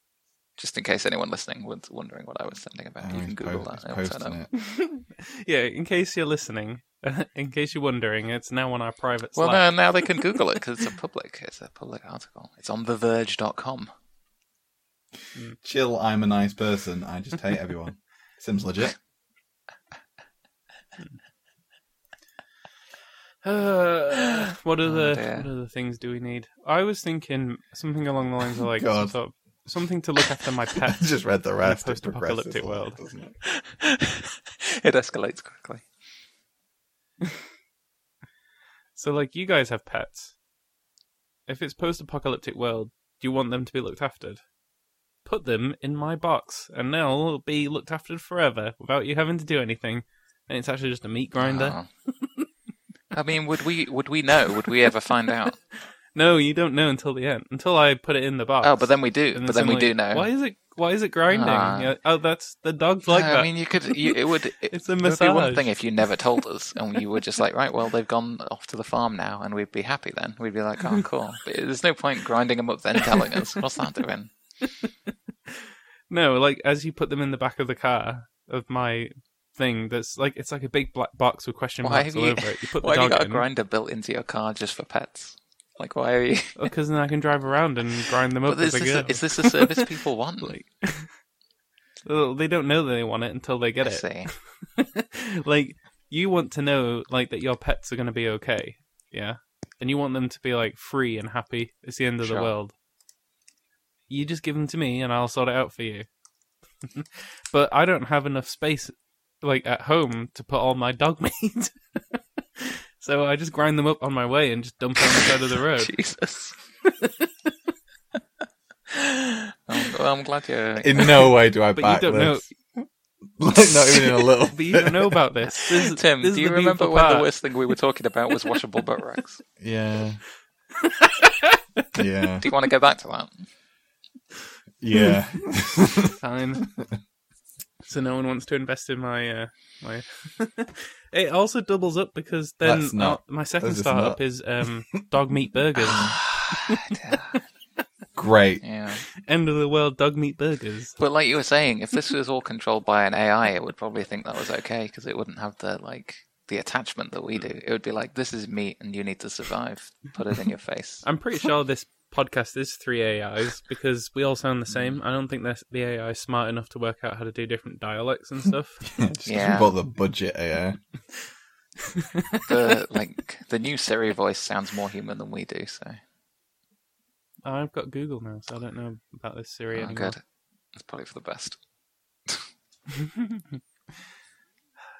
Speaker 3: Just in case anyone listening was wondering what I was sending about,
Speaker 2: Oh,
Speaker 3: you can
Speaker 2: he's
Speaker 3: Google
Speaker 2: post-
Speaker 3: that.
Speaker 2: he's
Speaker 3: It'll turn
Speaker 2: posting
Speaker 3: up.
Speaker 2: it.
Speaker 1: yeah. In case you're listening, in case you're wondering, it's now on our private.
Speaker 3: Well,
Speaker 1: Slack.
Speaker 3: no, now they can Google it because it's a public, it's a public article. It's on TheVerge.com.
Speaker 2: Chill, I'm a nice person. I just hate everyone. Seems legit.
Speaker 1: Uh, what
Speaker 3: Oh,
Speaker 1: other
Speaker 3: dear.
Speaker 1: what other things do we need? I was thinking something along the lines of like
Speaker 2: God.
Speaker 1: sort of- something to look after my
Speaker 2: I
Speaker 1: pet.
Speaker 2: just read the rest. It
Speaker 1: post-apocalyptic
Speaker 2: progresses a lot,
Speaker 1: world.
Speaker 2: doesn't it?
Speaker 3: it escalates quickly.
Speaker 1: So, like, you guys have pets. If it's post-apocalyptic world, do you want them to be looked after? Put them in my box, and they'll be looked after forever without you having to do anything. And it's actually just a meat grinder.
Speaker 3: Oh. I mean, would we would we know? Would we ever find out?
Speaker 1: No, you don't know until the end. Until I put it in the box.
Speaker 3: Oh, but then we do.
Speaker 1: And
Speaker 3: But then we
Speaker 1: suddenly,
Speaker 3: do know.
Speaker 1: Why is it? Why is it grinding?
Speaker 3: Ah.
Speaker 1: Yeah, oh, that's the dog's like
Speaker 3: No,
Speaker 1: that.
Speaker 3: I mean, you could. You, it would. It,
Speaker 1: It's a
Speaker 3: it would be one
Speaker 1: massage.
Speaker 3: thing if you never told us, and you were just like, right, well, they've gone off to the farm now, and we'd be happy then. We'd be like, oh, cool. But there's no point grinding them up then telling us what's that doing.
Speaker 1: No, like as you put them in the back of the car of my thing. That's like it's like a big black box with question
Speaker 3: Why
Speaker 1: marks
Speaker 3: have
Speaker 1: all
Speaker 3: you-
Speaker 1: over it. You put the
Speaker 3: Why have you
Speaker 1: dog
Speaker 3: got a
Speaker 1: in.
Speaker 3: grinder built into your car just for pets? Like, why are you?
Speaker 1: because then I can drive around and grind them up
Speaker 3: But is
Speaker 1: as I
Speaker 3: this,
Speaker 1: go.
Speaker 3: a, is this a service people want?
Speaker 1: Like- Well, they don't know that they want it until they get
Speaker 3: I
Speaker 1: it.
Speaker 3: see.
Speaker 1: like you want to know, like that your pets are going to be okay, yeah, and you want them to be like free and happy. It's the end of
Speaker 3: Sure.
Speaker 1: the world. You just give them to me, and I'll sort it out for you. but I don't have enough space, like at home, to put all my dog meat. so I just grind them up on my way and just dump it on the side of the road.
Speaker 3: Jesus. I'm, Um, well, I'm glad you're.
Speaker 2: In no way do I
Speaker 1: But
Speaker 2: back
Speaker 1: you don't know.
Speaker 2: this. Like, not even in a little.
Speaker 1: But you don't know about this. this is-
Speaker 3: Tim,
Speaker 1: this is
Speaker 3: do you
Speaker 1: the
Speaker 3: remember
Speaker 1: beautiful
Speaker 3: when the
Speaker 1: part.
Speaker 3: worst thing we were talking about was washable butt racks?
Speaker 2: Yeah. yeah.
Speaker 3: Do you want to go back to that?
Speaker 2: Yeah.
Speaker 1: Fine. so no one wants to invest in my uh, my. it also doubles up because then
Speaker 2: That's not-
Speaker 1: uh, my second
Speaker 2: that's just
Speaker 1: startup
Speaker 2: not- Ah.
Speaker 1: is um, dog meat burgers.
Speaker 2: Great.
Speaker 3: yeah.
Speaker 1: End of the world dog meat burgers.
Speaker 3: But like you were saying, if this was all controlled by an AI, it would probably think that was okay because it wouldn't have the like the attachment that we
Speaker 1: Hmm.
Speaker 3: do. It would be like, "This is meat, and you need to survive. Put it in your face."
Speaker 1: I'm pretty sure this podcast is three AIs because we all sound the same. I don't think that's- the AI is smart enough to work out how to do different dialects and stuff.
Speaker 2: Just
Speaker 3: Yeah.
Speaker 2: about the budget AI.
Speaker 3: the like the new Siri voice sounds more human than we do. So
Speaker 1: I've got Google now, so I don't know about this Siri
Speaker 3: oh,
Speaker 1: anymore.
Speaker 3: good. It's probably for the best.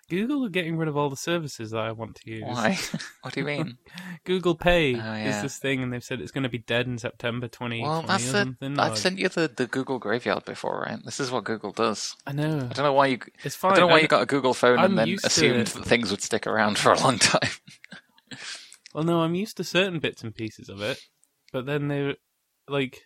Speaker 1: Google are getting rid of all the services that I want to use.
Speaker 3: Why? what do you mean?
Speaker 1: Google Pay
Speaker 3: Oh, yeah.
Speaker 1: is this thing, and they've said it's going to be dead in September 2020
Speaker 3: Well,
Speaker 1: or
Speaker 3: that's the.
Speaker 1: something.
Speaker 3: I've
Speaker 1: like-
Speaker 3: sent you the, the Google graveyard before, right? This is what Google does.
Speaker 1: I know.
Speaker 3: I don't know why you.
Speaker 1: It's fine.
Speaker 3: I don't know why
Speaker 1: I-
Speaker 3: you got a Google phone
Speaker 1: I'm
Speaker 3: and then
Speaker 1: used to
Speaker 3: assumed
Speaker 1: it.
Speaker 3: that things would stick around for a long time.
Speaker 1: Well, no, I'm used to certain bits and pieces of it, but then they're like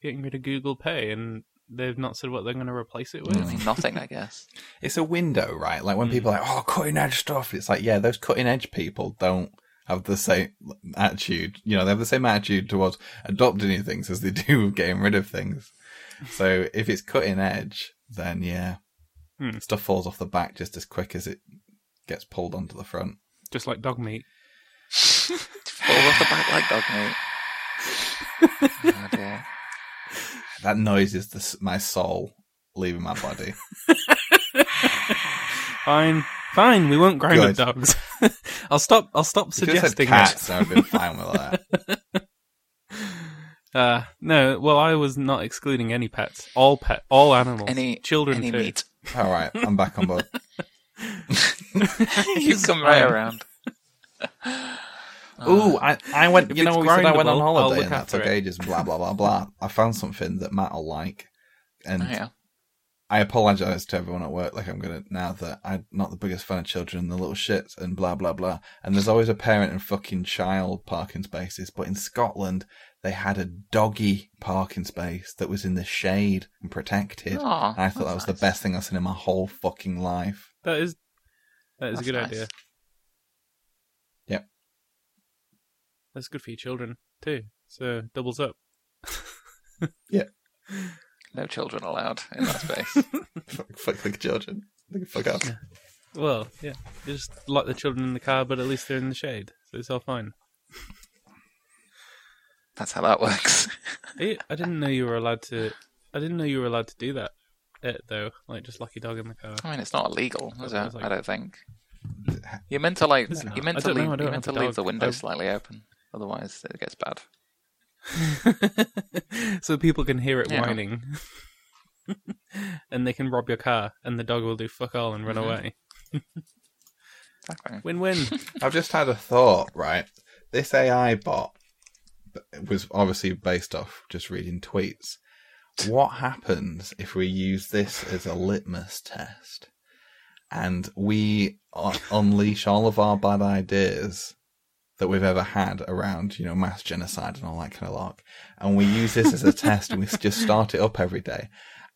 Speaker 1: getting rid of Google Pay, and they've not said what they're going to replace it with.
Speaker 3: I mean, nothing, I guess.
Speaker 1: Hmm.
Speaker 2: It's a window, right? Like when people are like, oh, cutting edge stuff. It's like, yeah, those cutting edge people don't have the same attitude. You know, they have the same attitude towards adopting new things as they do getting rid of things. So if it's cutting edge, then yeah,
Speaker 1: Hmm.
Speaker 2: stuff falls off the back just as quick as it gets pulled onto the front.
Speaker 1: Just like dog meat.
Speaker 3: Fall off the back like dog meat. oh dear.
Speaker 2: That noise is the, s- my soul leaving my body.
Speaker 1: Fine, fine. We won't grind
Speaker 2: Good.
Speaker 1: at dogs. I'll stop. I'll stop
Speaker 2: If you said
Speaker 1: suggesting that.
Speaker 2: cats, I've been fine with that.
Speaker 1: Uh, no, well, I was not excluding any pets. All pet, all animals.
Speaker 3: Any
Speaker 1: children
Speaker 3: any
Speaker 1: too.
Speaker 3: meat?
Speaker 2: All right, I'm back on board.
Speaker 3: You
Speaker 1: It's
Speaker 3: come right
Speaker 1: fine.
Speaker 3: around. Oh,
Speaker 2: Ooh, I, I went.
Speaker 1: If
Speaker 2: You know,
Speaker 1: it's
Speaker 2: we said I went on
Speaker 1: grindable, I'll
Speaker 2: holiday
Speaker 1: look
Speaker 2: and that
Speaker 1: after
Speaker 2: took
Speaker 1: it.
Speaker 2: ages. Blah blah blah blah. I found something that Matt'll like, and
Speaker 3: Oh, yeah.
Speaker 2: I apologize to everyone at work. Like I'm gonna now that I'm not the biggest fan of children, the little shits, and blah blah blah. And there's always a parent and fucking child parking spaces. But in Scotland, they had a doggy parking space that was in the shade and protected.
Speaker 1: Oh,
Speaker 3: Aw,
Speaker 2: And I thought that was
Speaker 3: that's
Speaker 2: the
Speaker 3: nice.
Speaker 2: best thing I've seen in my whole fucking life.
Speaker 1: That is, that is
Speaker 3: That's
Speaker 1: a good
Speaker 3: nice.
Speaker 1: idea.
Speaker 2: Yep.
Speaker 1: That's good for your children too. So doubles up.
Speaker 3: No children allowed in that space.
Speaker 2: fuck, fuck the children. They can Fuck up.
Speaker 1: Well, yeah. You just lock the children in the car, but at least they're in the shade, so it's all fine.
Speaker 3: That's how that works.
Speaker 1: Are you- I didn't know you were allowed to. I didn't know you were allowed to do that. eh, though, like just lock your dog in the car.
Speaker 3: I mean, it's not illegal, is it?
Speaker 1: It's like-
Speaker 3: I don't think. You're meant to like.
Speaker 1: Is it
Speaker 3: You're
Speaker 1: not? I
Speaker 3: meant to
Speaker 1: don't know, I
Speaker 3: leave.
Speaker 1: don't
Speaker 3: You're meant to
Speaker 1: have a
Speaker 3: leave the
Speaker 1: dog.
Speaker 3: window
Speaker 1: I-
Speaker 3: slightly open, otherwise it gets bad.
Speaker 1: so people can hear it
Speaker 3: Yeah.
Speaker 1: whining. and they can rob your car, and the dog will do fuck all and run
Speaker 3: Mhm.
Speaker 2: Mm-hmm.
Speaker 1: away.
Speaker 3: Exactly.
Speaker 1: Win win.
Speaker 2: I've just had a thought, right? This AI bot was obviously based off just reading tweets. What happens if we use this as a litmus test and we u- unleash all of our bad ideas that we've ever had around, you know, mass genocide and all that kind of lark, and we use this as a test and we s- just start it up every day?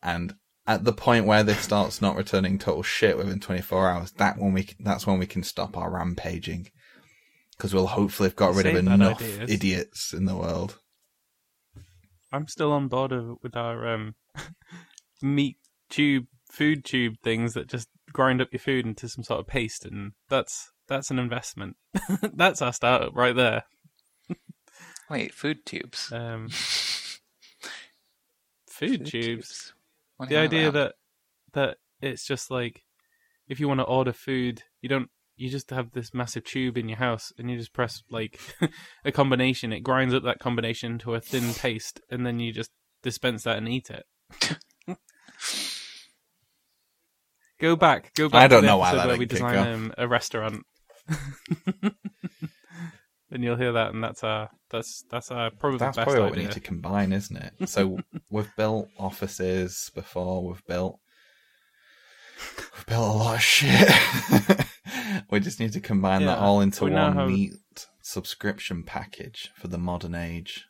Speaker 2: And at the point where this starts not returning total shit within 24 hours, that when we c- that's when we can stop our rampaging because we'll hopefully have got rid of
Speaker 1: Save that
Speaker 2: enough
Speaker 1: ideas.
Speaker 2: idiots in the world.
Speaker 1: I'm still on board of, with our um, meat tube, food tube things that just grind up your food into some sort of paste, and that's that's an investment. that's our startup right there.
Speaker 3: Wait, food tubes.
Speaker 1: Um, food tubes.
Speaker 3: What do
Speaker 1: the
Speaker 3: you know
Speaker 1: idea
Speaker 3: about
Speaker 1: that that it's just like if you want to order food you don't you just have this massive tube in your house and you just press like a combination it grinds up that combination into a thin paste and then you just dispense that and eat it go back go back
Speaker 2: I don't
Speaker 1: to the
Speaker 2: know why
Speaker 1: episode
Speaker 2: that
Speaker 1: where we
Speaker 2: didn't kick
Speaker 1: design
Speaker 2: off.
Speaker 1: um, a restaurant and you'll hear that and that's our that's that's our probably
Speaker 2: That's
Speaker 1: the best
Speaker 2: probably what we
Speaker 1: idea
Speaker 2: need to combine, isn't it? So we've built offices before. We've built we've built a lot of shit. we just need to combine that
Speaker 1: Yeah,
Speaker 2: all into
Speaker 1: we now
Speaker 2: one
Speaker 1: have-
Speaker 2: neat subscription package for the modern age.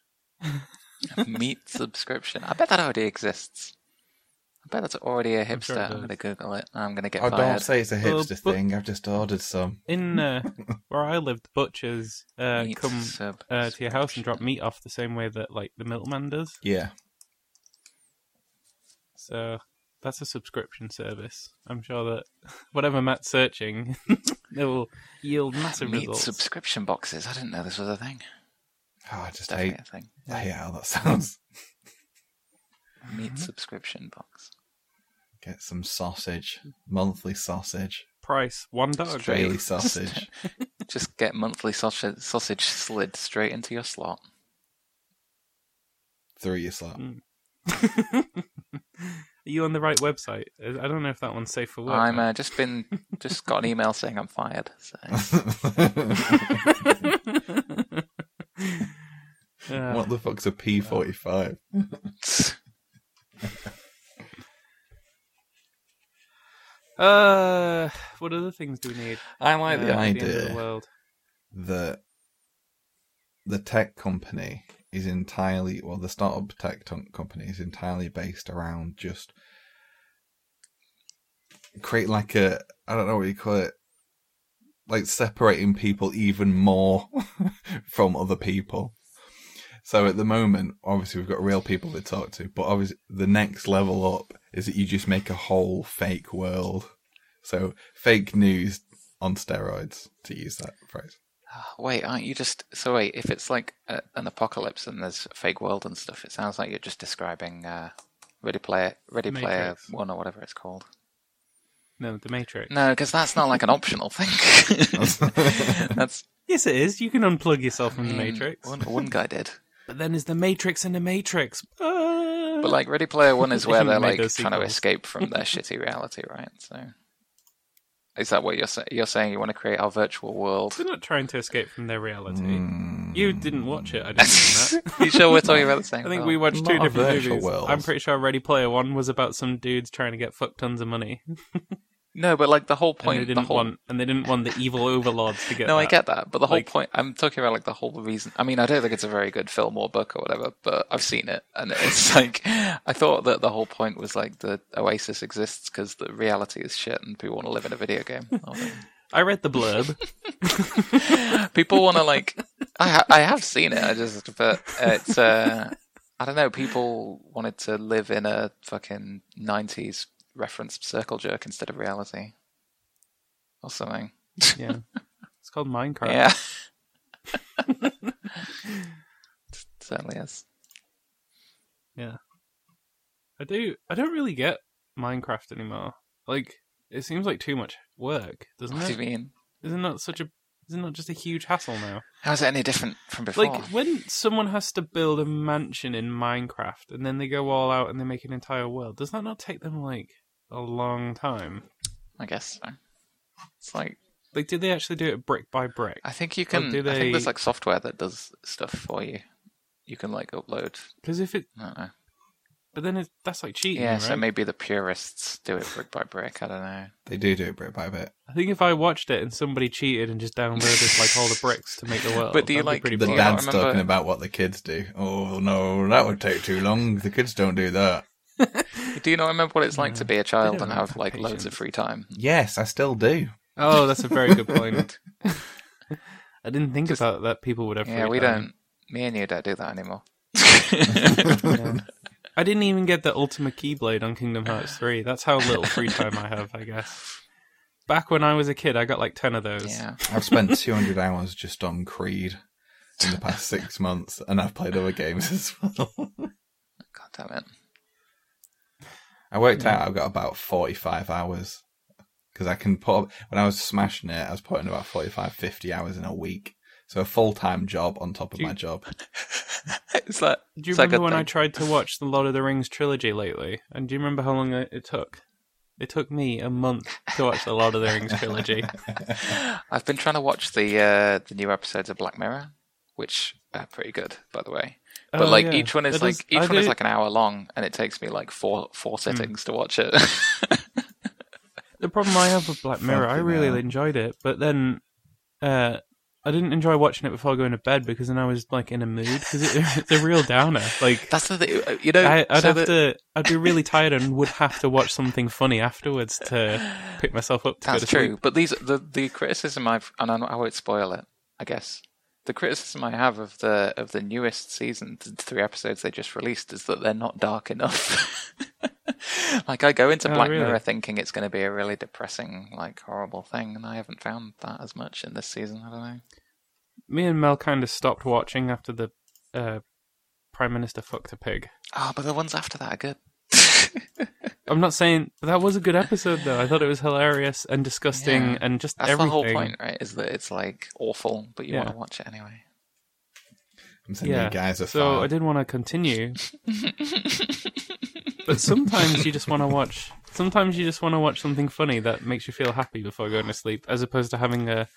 Speaker 3: a meat subscription? I bet that already exists. I bet that's already a
Speaker 1: I'm
Speaker 3: hipster.
Speaker 1: sure it
Speaker 3: I'm, going to
Speaker 1: does.
Speaker 3: Google it. I'm going to get
Speaker 2: Oh,
Speaker 3: fired.
Speaker 2: don't say it's a
Speaker 1: Well,
Speaker 2: hipster
Speaker 1: but-
Speaker 2: thing. I've just ordered some.
Speaker 1: in uh, where I lived, butchers uh,
Speaker 3: Meat
Speaker 1: come
Speaker 3: sub-
Speaker 1: uh, to your house and drop meat off the same way that like the milkman does.
Speaker 2: Yeah,
Speaker 1: So that's a subscription service. I'm sure that whatever Matt's searching, it will yield massive
Speaker 3: meat
Speaker 1: results.
Speaker 3: subscription boxes. I didn't know this was a thing.
Speaker 2: oh, I just
Speaker 3: Definitely
Speaker 2: hate.
Speaker 3: a thing.
Speaker 2: I hate how that sounds.
Speaker 3: Meat subscription box.
Speaker 2: Get some sausage, monthly sausage,
Speaker 1: Price one dog.
Speaker 3: Straight-
Speaker 2: daily sausage.
Speaker 3: Just get monthly sausage, sausage slid straight into your slot.
Speaker 2: through your slot.
Speaker 1: Are you on the right website? I don't know if that one's safe for work.
Speaker 3: I'm
Speaker 1: Matt.
Speaker 3: uh, just been just got an email saying I'm fired. So
Speaker 1: Yeah.
Speaker 2: what the fuck's a P forty five?
Speaker 1: Uh, what other things do we need?
Speaker 2: I like
Speaker 1: uh,
Speaker 2: the
Speaker 1: at the end of the
Speaker 2: idea
Speaker 1: world.
Speaker 2: that the tech company is entirely, well, the startup tech ton- company is entirely based around just create like a, I don't know what you call it, like separating people even more from other people. So at the moment, obviously we've got real people to talk to, but obviously the next level up is that you just make a whole fake world. So fake news on steroids, to use that phrase.
Speaker 3: Ah, Wait, aren't you just so? Wait, if it's like a, an apocalypse and there's a fake world and stuff, it sounds like you're just describing uh, Ready Player Ready Player
Speaker 1: Matrix.
Speaker 3: One or whatever it's called.
Speaker 1: No, The Matrix.
Speaker 3: No, because that's not like an optional thing. that's
Speaker 1: Yes, it is. You can unplug yourself from The
Speaker 3: mm,
Speaker 1: Matrix.
Speaker 3: One, one guy did,
Speaker 1: But then is The Matrix and The Matrix. Ah.
Speaker 3: but like Ready Player One is
Speaker 1: They
Speaker 3: where
Speaker 1: shouldn't
Speaker 3: they're
Speaker 1: have made
Speaker 3: like trying
Speaker 1: those sequels.
Speaker 3: to escape from their shitty reality, right? So, is that what you're saying? You're saying you want to create our virtual world?
Speaker 1: They're not trying to escape from their reality.
Speaker 3: Hmm.
Speaker 2: Mm.
Speaker 1: You didn't watch it, I didn't think that.
Speaker 3: you sure we're talking about the same?
Speaker 1: I think
Speaker 3: film?
Speaker 1: we watched two
Speaker 2: Not a
Speaker 1: different
Speaker 2: virtual
Speaker 1: movies.
Speaker 2: world.
Speaker 1: I'm pretty sure Ready Player One was about some dudes trying to get fuck tons of money,
Speaker 3: no, but like the whole
Speaker 1: and
Speaker 3: point.
Speaker 1: they
Speaker 3: the
Speaker 1: didn't
Speaker 3: whole,
Speaker 1: want and they didn't want the evil overlords to get.
Speaker 3: no,
Speaker 1: that.
Speaker 3: I get that, but the whole
Speaker 1: Like-
Speaker 3: point. I'm talking about like the whole reason. I mean, I don't think it's a very good film or book or whatever, but I've seen it, and it's like I thought that the whole point was like the Oasis exists because the reality is shit, and people want to live in a video game. Oh, no.
Speaker 1: I read the blurb.
Speaker 3: people want to like I ha- I have seen it. I just but it's uh I don't know. People wanted to live in a fucking nineties reference circle jerk instead of reality or something.
Speaker 1: yeah, it's called Minecraft.
Speaker 3: Yeah, certainly is.
Speaker 1: I do. I don't really get Minecraft anymore. Like it seems like too much work, doesn't
Speaker 3: What do you
Speaker 1: it?
Speaker 3: mean?
Speaker 1: Isn't that such a? Isn't that just a huge hassle now?
Speaker 3: How is it any different from before?
Speaker 1: Like when someone has to build a mansion in Minecraft and then they go all out and they make an entire world, does that not take them like a long time?
Speaker 3: I guess so. It's like
Speaker 1: Like, did they actually do it brick by brick?
Speaker 3: I think you can.
Speaker 1: do
Speaker 3: I
Speaker 1: they-
Speaker 3: think there's like software that does stuff for you. You can like upload.
Speaker 1: Because if it,
Speaker 3: I don't know.
Speaker 1: but then it, that's like cheating,
Speaker 3: Yeah,
Speaker 1: right?
Speaker 3: so maybe the purists do it brick by brick. I don't know.
Speaker 2: They do do it bit by bit.
Speaker 1: I think if I watched it and somebody cheated and just downloaded like all the bricks to make the world,
Speaker 3: But do you
Speaker 1: that'd be
Speaker 3: like-
Speaker 1: pretty
Speaker 2: The
Speaker 3: Yeah, I
Speaker 1: boring.
Speaker 2: dad's
Speaker 3: remember-
Speaker 2: talking about what the kids do. Oh no, that would take too long. The kids don't do that.
Speaker 3: Do you not remember what it's like to be a child
Speaker 1: don't
Speaker 3: and
Speaker 1: have
Speaker 3: have
Speaker 1: that
Speaker 3: like loads of
Speaker 1: patience.
Speaker 3: free time?
Speaker 2: Yes, I still do.
Speaker 1: Oh, that's a very good point. I didn't think about that. People would have.
Speaker 3: Yeah,
Speaker 1: free
Speaker 3: we
Speaker 1: time.
Speaker 3: don't. Me and you don't do that anymore.
Speaker 1: Yeah. I didn't even get the Ultima Keyblade on Kingdom Hearts 3. That's how little free time I have, I guess. Back when I was a kid, I got like 10 of those.
Speaker 3: yeah,
Speaker 2: I've spent 200 hours just on Creed in the past six months, and I've played other games as well.
Speaker 3: god damn it.
Speaker 2: I worked out I've got about 45 hours because I can put up, when I was smashing it, I was putting about 45, 50 hours in a week. So a full time job on top of
Speaker 1: Do you-
Speaker 2: my job.
Speaker 3: It's like
Speaker 1: Do you
Speaker 3: It's like
Speaker 1: remember
Speaker 3: a
Speaker 1: when I
Speaker 3: thing.
Speaker 1: tried to watch the Lord of the Rings trilogy lately? And do you remember how long it it took? It took me a month to watch the Lord of the Rings trilogy.
Speaker 3: I've been trying to watch the uh, the new episodes of Black Mirror, which are pretty good, by the way. But
Speaker 1: Oh,
Speaker 3: like
Speaker 1: yeah.
Speaker 3: each one is
Speaker 1: That
Speaker 3: like each
Speaker 1: I
Speaker 3: one is
Speaker 1: do-
Speaker 3: like an hour long, and it takes me like four four sittings to watch it.
Speaker 1: The problem I have with Black Mirror, I
Speaker 2: Fucking
Speaker 1: really
Speaker 2: hell.
Speaker 1: enjoyed it, but then uh, I didn't enjoy watching it before going to bed because then I was like in a mood because it, it's a real downer. Like
Speaker 3: That's the thing, you know.
Speaker 1: I, I'd
Speaker 3: so
Speaker 1: have
Speaker 3: that-
Speaker 1: to. I'd be really tired and would have to watch something funny afterwards to pick myself up. To go
Speaker 3: That's
Speaker 1: to
Speaker 3: true.
Speaker 1: Sleep.
Speaker 3: But these the the criticism I've and I, I won't spoil it. I guess the criticism I have of the of the newest season, the three episodes they just released, is that they're not dark enough. like I go into
Speaker 1: Oh,
Speaker 3: Black
Speaker 1: really?
Speaker 3: Mirror thinking it's going to be a really depressing, like horrible thing, and I haven't found that as much in this season. I don't know.
Speaker 1: Me and Mel kind of stopped watching after the uh, Prime Minister fucked a pig.
Speaker 3: Oh, but the ones after that are good.
Speaker 1: I'm not saying but that was a good episode though. I thought it was hilarious and disgusting
Speaker 3: Yeah.
Speaker 1: and just
Speaker 3: That's
Speaker 1: everything.
Speaker 3: the whole point, right? Is that it's like awful, but you want
Speaker 1: Yeah.
Speaker 3: to watch it anyway.
Speaker 2: I'm saying
Speaker 1: Yeah,
Speaker 2: you guys are
Speaker 1: so I
Speaker 2: fine.
Speaker 1: did want to continue, but sometimes you just want to watch. Sometimes you just want to watch something funny that makes you feel happy before going to sleep, as opposed to having a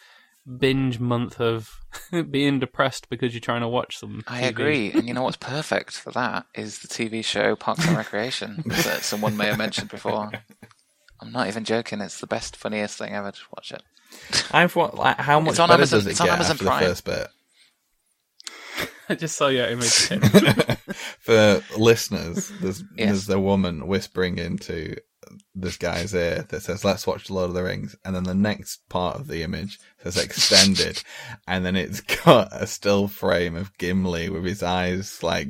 Speaker 1: binge month of being depressed because you're trying to watch some.
Speaker 3: I
Speaker 1: TV.
Speaker 3: agree, and you know what's perfect for that is the TV show Parks and Recreation that someone may have mentioned before. I'm not even joking; it's the best, funniest thing ever. Just watch it.
Speaker 2: I've what? Like, how much
Speaker 3: It's on
Speaker 2: better
Speaker 3: Amazon-
Speaker 2: does it
Speaker 3: it's on
Speaker 2: get
Speaker 3: Amazon
Speaker 2: after
Speaker 3: Prime.
Speaker 2: the first bit?
Speaker 1: I just saw your image.
Speaker 2: For listeners, there's
Speaker 3: Yes.
Speaker 2: there's the woman whispering into this guy's ear that says "Let's watch Lord of the Rings," and then the next part of the image says "Extended," and then it's got a still frame of Gimli with his eyes like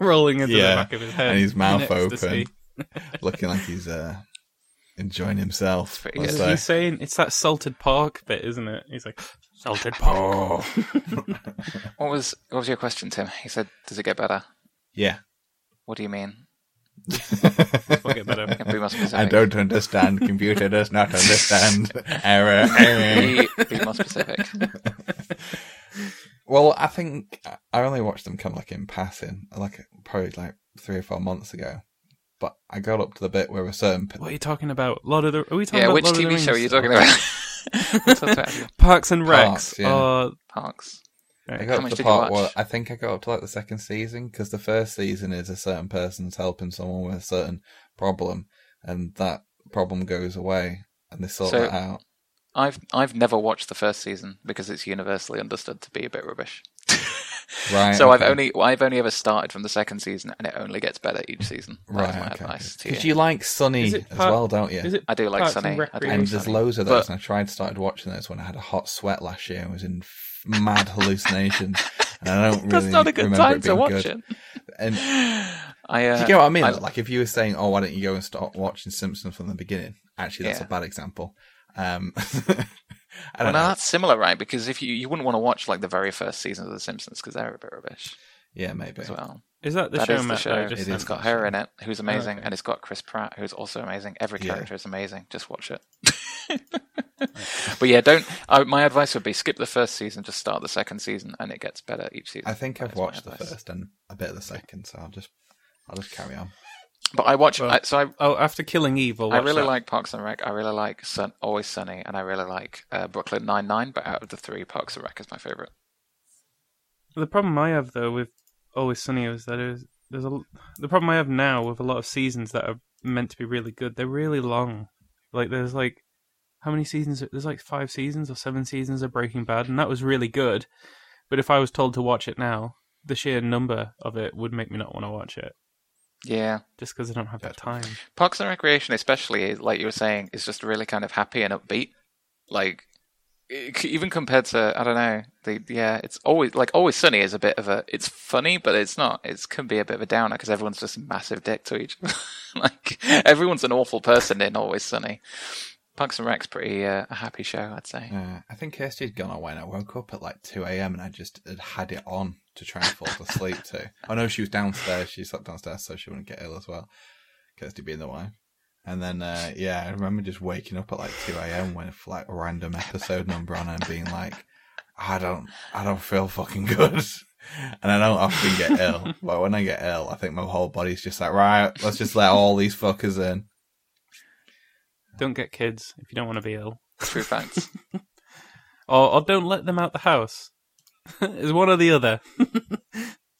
Speaker 1: rolling into
Speaker 2: Yeah,
Speaker 1: the back of his head
Speaker 2: and his mouth
Speaker 1: in ecstasy.
Speaker 2: open. looking like he's uh, enjoying himself.
Speaker 3: pretty
Speaker 2: let's
Speaker 1: What
Speaker 3: good.
Speaker 1: is
Speaker 2: say.
Speaker 1: he saying? It's that salted pork bit, isn't it? He's like salted
Speaker 2: "Oh."
Speaker 1: pork.
Speaker 3: What was what was your question, Tim? He said, "Does it get better?"
Speaker 2: Yeah.
Speaker 3: What do you mean?
Speaker 1: get better.
Speaker 3: Can't be more specific.
Speaker 2: I don't understand. Computer does not understand. error. error.
Speaker 3: Be, be more specific.
Speaker 2: Well, I think I only watched them kind of like in passing, like probably like three or four months ago. But I got up to the bit where a certain p-
Speaker 1: What are you talking about? Lord of the Are we talking
Speaker 3: yeah,
Speaker 1: about
Speaker 3: which
Speaker 1: Lord of the
Speaker 3: TV show are you
Speaker 1: Rings?
Speaker 3: talking about? We talked about it.
Speaker 1: Parks and Recs.
Speaker 2: Parks, yeah.
Speaker 1: Oh,
Speaker 3: Parks.
Speaker 2: I
Speaker 3: How
Speaker 2: got up
Speaker 3: much
Speaker 2: to the
Speaker 3: did you
Speaker 2: part
Speaker 3: watch?
Speaker 2: where I think I got up to like the second season because the first season is a certain person's helping someone with a certain problem, and that problem goes away, and they sort
Speaker 3: So-
Speaker 2: that out.
Speaker 3: I've I've never watched the first season because it's universally understood to be a bit rubbish.
Speaker 2: Right.
Speaker 3: so I've
Speaker 2: okay.
Speaker 3: only I've only ever started from the second season, and it only gets better each season. That's
Speaker 2: Right,
Speaker 3: my
Speaker 2: okay.
Speaker 3: advice to you.
Speaker 2: Because you like Sunny
Speaker 1: Is
Speaker 2: as
Speaker 1: it part-
Speaker 2: well, don't you?
Speaker 1: is it?
Speaker 3: I do like
Speaker 1: Parks
Speaker 3: Sunny.
Speaker 1: and
Speaker 3: I do
Speaker 2: and
Speaker 1: Recreation?
Speaker 3: like
Speaker 2: there's
Speaker 3: Sunny.
Speaker 2: loads of those,
Speaker 3: But-
Speaker 2: and I tried started watching those when I had a hot sweat last year and was in f- mad hallucinations. And I don't really
Speaker 3: That's not a good
Speaker 2: remember
Speaker 3: time
Speaker 2: it
Speaker 3: to
Speaker 2: being
Speaker 3: watch
Speaker 2: good.
Speaker 3: it.
Speaker 2: And do
Speaker 3: I uh,
Speaker 2: you get what I mean?
Speaker 3: I-
Speaker 2: like if you were saying, "Oh, why don't you go and start watching Simpsons from the beginning?" Actually, that's
Speaker 3: Yeah.
Speaker 2: a bad example. Um, I
Speaker 3: well,
Speaker 2: don't
Speaker 3: now
Speaker 2: know.
Speaker 3: that's similar, right? Because if you you wouldn't want to watch like the very first season of The Simpsons because they're a bit rubbish
Speaker 2: Yeah, maybe.
Speaker 3: as well.
Speaker 1: Is that the
Speaker 3: That
Speaker 1: show,
Speaker 3: is the
Speaker 1: Matt? that I
Speaker 3: show.
Speaker 1: just
Speaker 2: It
Speaker 1: sent?
Speaker 2: is.
Speaker 3: It's got her in it, who's amazing,
Speaker 1: okay.
Speaker 3: and it's got Chris Pratt, who's also amazing. Every
Speaker 2: Yeah.
Speaker 3: character is amazing. Just watch it. but yeah, don't. I, my advice would be skip the first season, just start the second season, and it gets better each season.
Speaker 2: I think
Speaker 3: That
Speaker 2: I've
Speaker 3: is my
Speaker 2: watched the
Speaker 3: advice.
Speaker 2: first and a bit of the second, so I'll just I'll just carry on.
Speaker 3: But I watch.
Speaker 1: Well,
Speaker 3: I, so I,
Speaker 1: Oh, after Killing Eve, I'll
Speaker 3: I
Speaker 1: watch
Speaker 3: really
Speaker 1: that.
Speaker 3: like Parks and Rec. I really like Sun, Always Sunny, and I really like uh, Brooklyn Nine Nine. But out of the three, Parks and Rec is my favorite.
Speaker 1: The problem I have though with Always Sunny is that is there's a l- the problem I have now with a lot of seasons that are meant to be really good. They're really long. Like there's like how many seasons? There's like five seasons or seven seasons of Breaking Bad, and that was really good. But if I was told to watch it now, the sheer number of it would make me not want to watch it,
Speaker 3: Yeah,
Speaker 1: just because I don't have that time.
Speaker 3: Parks and Recreation, especially like you were saying, is just really kind of happy and upbeat. Like it- c- even compared to I don't know, the yeah, it's always like Always Sunny is a bit of a it's funny, but it's not. It can be a bit of a downer because everyone's just a massive dick to each. other. like everyone's an awful person in Always Sunny. Parks and Rec's pretty uh, a happy show, I'd say.
Speaker 2: Uh, I think Kirsty's gone away, and I woke up at like 2 a.m. and I just had had it on to try and fall to sleep to. I know she was downstairs. She slept downstairs, so she wouldn't get ill as well. Kirsty being the wife. And then, uh, yeah, I remember just waking up at like 2 a.m. when like a random episode number on and being like, I don't, I don't feel fucking good. And I don't often get ill, but when I get ill, I think my whole body's just like, right, let's just let all these fuckers in.
Speaker 1: Don't get kids if you don't want to be ill,
Speaker 3: True facts.
Speaker 1: or or don't let them out the house. it's one or the other.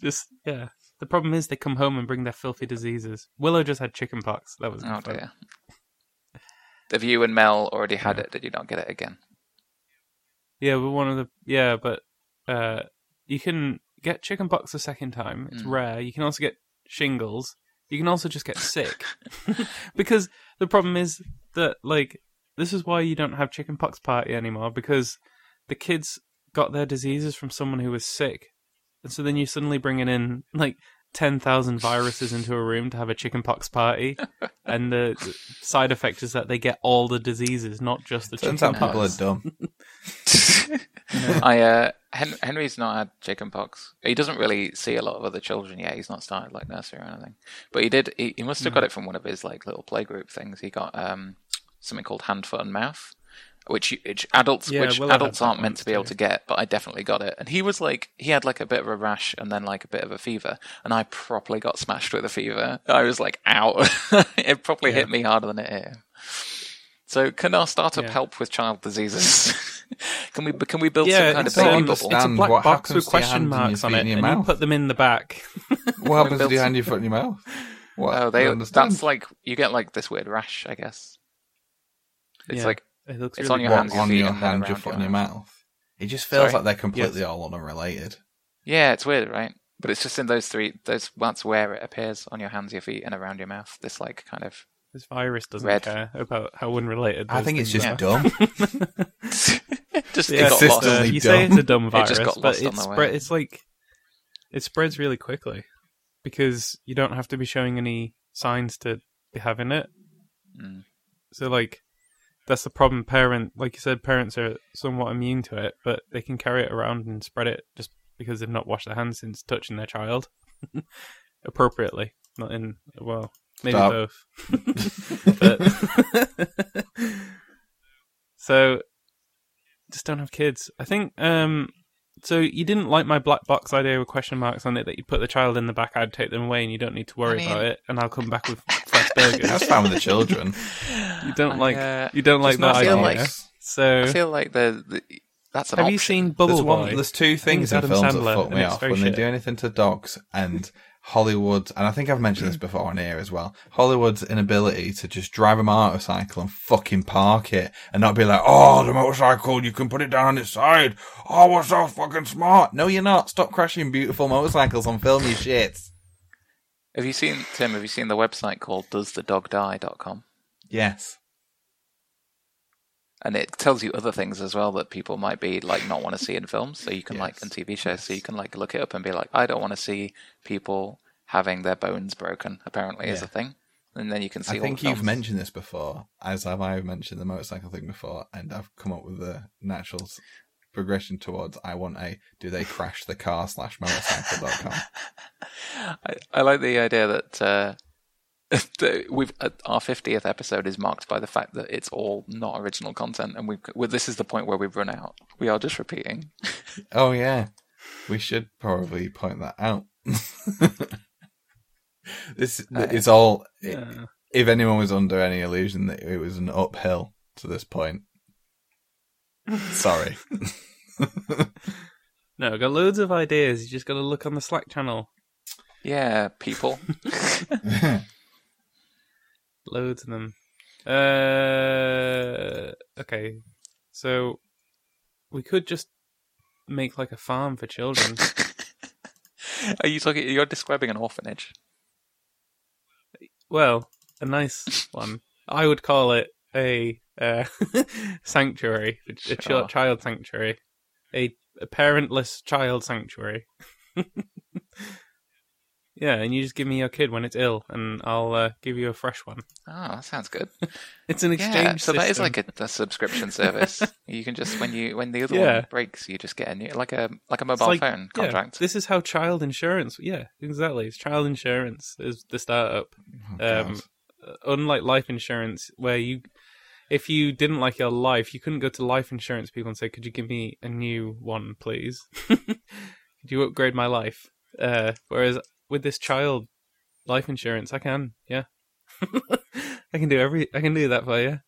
Speaker 1: just yeah. The problem is they come home and bring their filthy diseases. Willow just had chicken pox. That was
Speaker 3: oh
Speaker 1: fun.
Speaker 3: dear. Have you and Mel already had it? Did you not get it again?
Speaker 1: Yeah, but one of the yeah, but uh, you can get chickenpox a second time. It's
Speaker 3: Mm.
Speaker 1: rare. You can also get shingles. You can also just get sick because the problem is that like this is why you don't have chickenpox party anymore because the kids got their diseases from someone who was sick, and so then you're suddenly bringing in like ten thousand viruses into a room to have a chickenpox party, and the the side effect is that they get all the diseases, not just the
Speaker 2: Turns out
Speaker 1: chickenpox.
Speaker 2: people are dumb.
Speaker 3: I uh, Hen- Henry's not had chickenpox. He doesn't really see a lot of other children yet. He's not started like nursery or anything. But he did. He, he must have
Speaker 1: Mm.
Speaker 3: got it from one of his like little playgroup things. He got um, something called hand, foot, and mouth, which, you- which adults
Speaker 1: Yeah,
Speaker 3: which
Speaker 1: Willow had
Speaker 3: adults
Speaker 1: that
Speaker 3: aren't meant
Speaker 1: once
Speaker 3: to be able
Speaker 1: too.
Speaker 3: to get. But I definitely got it. And he was like, he had like a bit of a rash and then like a bit of a fever. And I properly got smashed with a fever. I was like, ow! it probably hit me harder than it hit him. So can our startup
Speaker 1: Yeah.
Speaker 3: help with child diseases? can we can we build
Speaker 1: yeah,
Speaker 3: some kind
Speaker 1: it's,
Speaker 3: of baby
Speaker 2: um,
Speaker 1: um,
Speaker 3: bubble?
Speaker 1: it's a
Speaker 2: understand
Speaker 1: black
Speaker 2: what
Speaker 1: box
Speaker 2: happens
Speaker 1: with
Speaker 2: to your
Speaker 1: question
Speaker 2: hands and your
Speaker 1: marks on
Speaker 2: feet
Speaker 1: it,
Speaker 2: and
Speaker 1: and,
Speaker 2: your
Speaker 1: you
Speaker 2: mouth.
Speaker 1: put them in the back.
Speaker 2: What happens if
Speaker 3: built
Speaker 2: you
Speaker 3: some-
Speaker 2: hand your foot in your mouth? What?
Speaker 3: Oh,
Speaker 2: I
Speaker 3: they
Speaker 2: don't understand.
Speaker 3: that's like you get like this weird rash, I guess. It's
Speaker 1: Yeah.
Speaker 3: like
Speaker 1: It looks
Speaker 3: It's
Speaker 1: really
Speaker 3: on your
Speaker 2: What,
Speaker 3: hands, your
Speaker 2: on
Speaker 3: feet,
Speaker 2: your
Speaker 3: and then
Speaker 2: hand, your
Speaker 3: around
Speaker 2: foot,
Speaker 3: your
Speaker 2: and your
Speaker 3: mouth.
Speaker 2: mouth. It just feels
Speaker 3: Sorry?
Speaker 2: like they're completely all unrelated.
Speaker 3: yeah, it's weird, right? But it's just in those three. Those that's where it appears on your hands, your feet, and around your mouth. This like kind of
Speaker 1: This virus doesn't
Speaker 3: Red.
Speaker 1: care about how unrelated.
Speaker 2: I
Speaker 1: those
Speaker 2: think it's
Speaker 1: things
Speaker 2: just
Speaker 1: are.
Speaker 2: dumb.
Speaker 3: just
Speaker 1: Yeah,
Speaker 3: it got
Speaker 2: sister.
Speaker 3: lost.
Speaker 1: uh, you say it's a dumb virus,
Speaker 3: just got
Speaker 1: but
Speaker 3: lost on
Speaker 1: it
Speaker 3: the way.
Speaker 1: spread, it's like it spreads really quickly because you don't have to be showing any signs to be having it.
Speaker 3: Mm.
Speaker 1: So like that's the problem. Parent, like you said, parents are somewhat immune to it, but they can carry it around and spread it just because they've not washed their hands since touching their child appropriately. Not in well, maybe
Speaker 2: Stop.
Speaker 1: both. but so just don't have kids. I think. um So you didn't like my black box idea with question marks on it that you put the child in the back, I'd take them away, and you don't need to worry
Speaker 3: mean-
Speaker 1: about it, and I'll come back with fresh burgers.
Speaker 2: That's fine with the children.
Speaker 1: You don't
Speaker 3: I,
Speaker 1: like
Speaker 3: uh,
Speaker 1: you don't like
Speaker 3: not
Speaker 1: that
Speaker 3: I feel
Speaker 1: idea.
Speaker 3: like-
Speaker 1: so
Speaker 3: I feel like the, the that's an
Speaker 1: have you
Speaker 3: option.
Speaker 1: seen Bubble
Speaker 2: there's, one,
Speaker 1: Boy?
Speaker 2: there's two
Speaker 1: think
Speaker 2: things
Speaker 1: it's
Speaker 2: in
Speaker 1: Adam
Speaker 2: films
Speaker 1: Sandler,
Speaker 2: that fuck
Speaker 1: and
Speaker 2: me
Speaker 1: it's
Speaker 2: off
Speaker 1: very
Speaker 2: when they
Speaker 1: shit.
Speaker 2: do anything to dogs and Hollywood, and I think I've mentioned
Speaker 1: Mm.
Speaker 2: this before on here as well. Hollywood's inability to just drive a motorcycle and fucking park it and not be like, oh, the motorcycle, you can put it down on its side. Oh, we're so fucking smart. No, you're not. Stop crashing beautiful motorcycles on film, you shit.
Speaker 3: Have you seen Tim? Have you seen the website called doesthedogdie.com?
Speaker 2: Yes.
Speaker 3: And it tells you other things as well that people might be like not want to see in films. So you can like
Speaker 2: Yes.
Speaker 3: in TV shows. So you can like look it up and be like, I don't want to see people having their bones broken. Apparently, is
Speaker 2: Yeah.
Speaker 3: a thing. And then you can
Speaker 2: I
Speaker 3: see. all
Speaker 2: think
Speaker 3: the
Speaker 2: you've
Speaker 3: films.
Speaker 2: mentioned this before, as have I mentioned the motorcycle thing before, and I've come up with a natural s- progression towards I want a do they crash the car slash motorcycle.com.
Speaker 3: I, I like the idea that uh, that we've uh, our fiftieth episode is marked by the fact that it's all not original content, and we've well, this is the point where we've run out. We are just repeating.
Speaker 2: Oh yeah, we should probably point that out. this
Speaker 3: Uh,
Speaker 2: it's all.
Speaker 1: Yeah.
Speaker 2: If anyone was under any illusion that it was an uphill to this point, sorry.
Speaker 1: No, I've got loads of ideas. You just got to look on the Slack channel.
Speaker 3: Yeah, people.
Speaker 2: Oh,
Speaker 1: Loads of them. Uh, okay, so we could just make like a farm for children.
Speaker 3: Are you talking? You're describing an orphanage.
Speaker 1: well, a nice one. I would call it a uh, sanctuary, a, chi-
Speaker 3: Sure.
Speaker 1: child sanctuary, a, a parentless child sanctuary. yeah, and you just give me your kid when it's ill, and I'll uh, give you a fresh one.
Speaker 3: Oh, that sounds good.
Speaker 1: It's an exchange.
Speaker 3: yeah, so that is
Speaker 1: system.
Speaker 3: like a, a subscription service. you can just when you when the other
Speaker 1: Yeah.
Speaker 3: one breaks, you just get a new like a like a mobile
Speaker 1: like-
Speaker 3: phone
Speaker 1: Yeah,
Speaker 3: contract.
Speaker 1: this is how child insurance. Yeah, exactly. It's child insurance is the startup.
Speaker 2: Oh, God.
Speaker 1: Um, Uh, unlike life insurance, where you, if you didn't like your life, you couldn't go to life insurance people and say, "Could you give me a new one, please? Could you upgrade my life?" Uh, whereas with this child life insurance, I can. Yeah, I can do every. I can do that for you.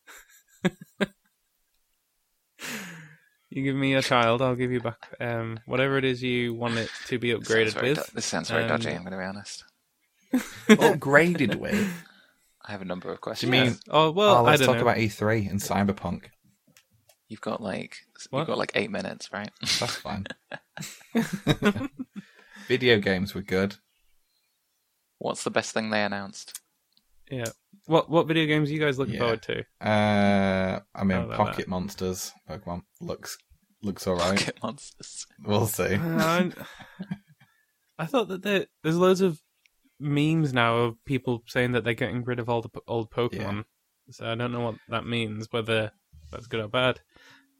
Speaker 1: You give me a child, I'll give you back um, whatever it is you want it to be
Speaker 3: This sounds
Speaker 1: upgraded
Speaker 3: very,
Speaker 1: with.
Speaker 3: do- this sounds very
Speaker 1: um,
Speaker 3: dodgy. I'm going to be honest.
Speaker 2: upgraded with.
Speaker 3: I have a number of
Speaker 2: you
Speaker 3: questions.
Speaker 2: mean-
Speaker 1: oh well,
Speaker 2: Oh,
Speaker 1: I
Speaker 2: let's
Speaker 1: don't
Speaker 2: talk
Speaker 1: know.
Speaker 2: about E3 and Cyberpunk.
Speaker 3: You've got like
Speaker 1: What?
Speaker 3: you've got like eight minutes, right?
Speaker 2: That's fine. Video games were good.
Speaker 3: What's the best thing they announced?
Speaker 1: What what video games are you guys looking
Speaker 2: Yeah.
Speaker 1: forward to?
Speaker 2: Uh, I mean,
Speaker 1: I like
Speaker 2: Pocket
Speaker 1: that.
Speaker 2: Monsters Pokemon looks looks alright.
Speaker 3: Pocket monsters.
Speaker 2: We'll see.
Speaker 1: Uh, I'm- I thought that there, there's loads of memes now of people saying that they're getting rid of all the po- old Pokemon. So I don't know what that means, whether that's good or bad.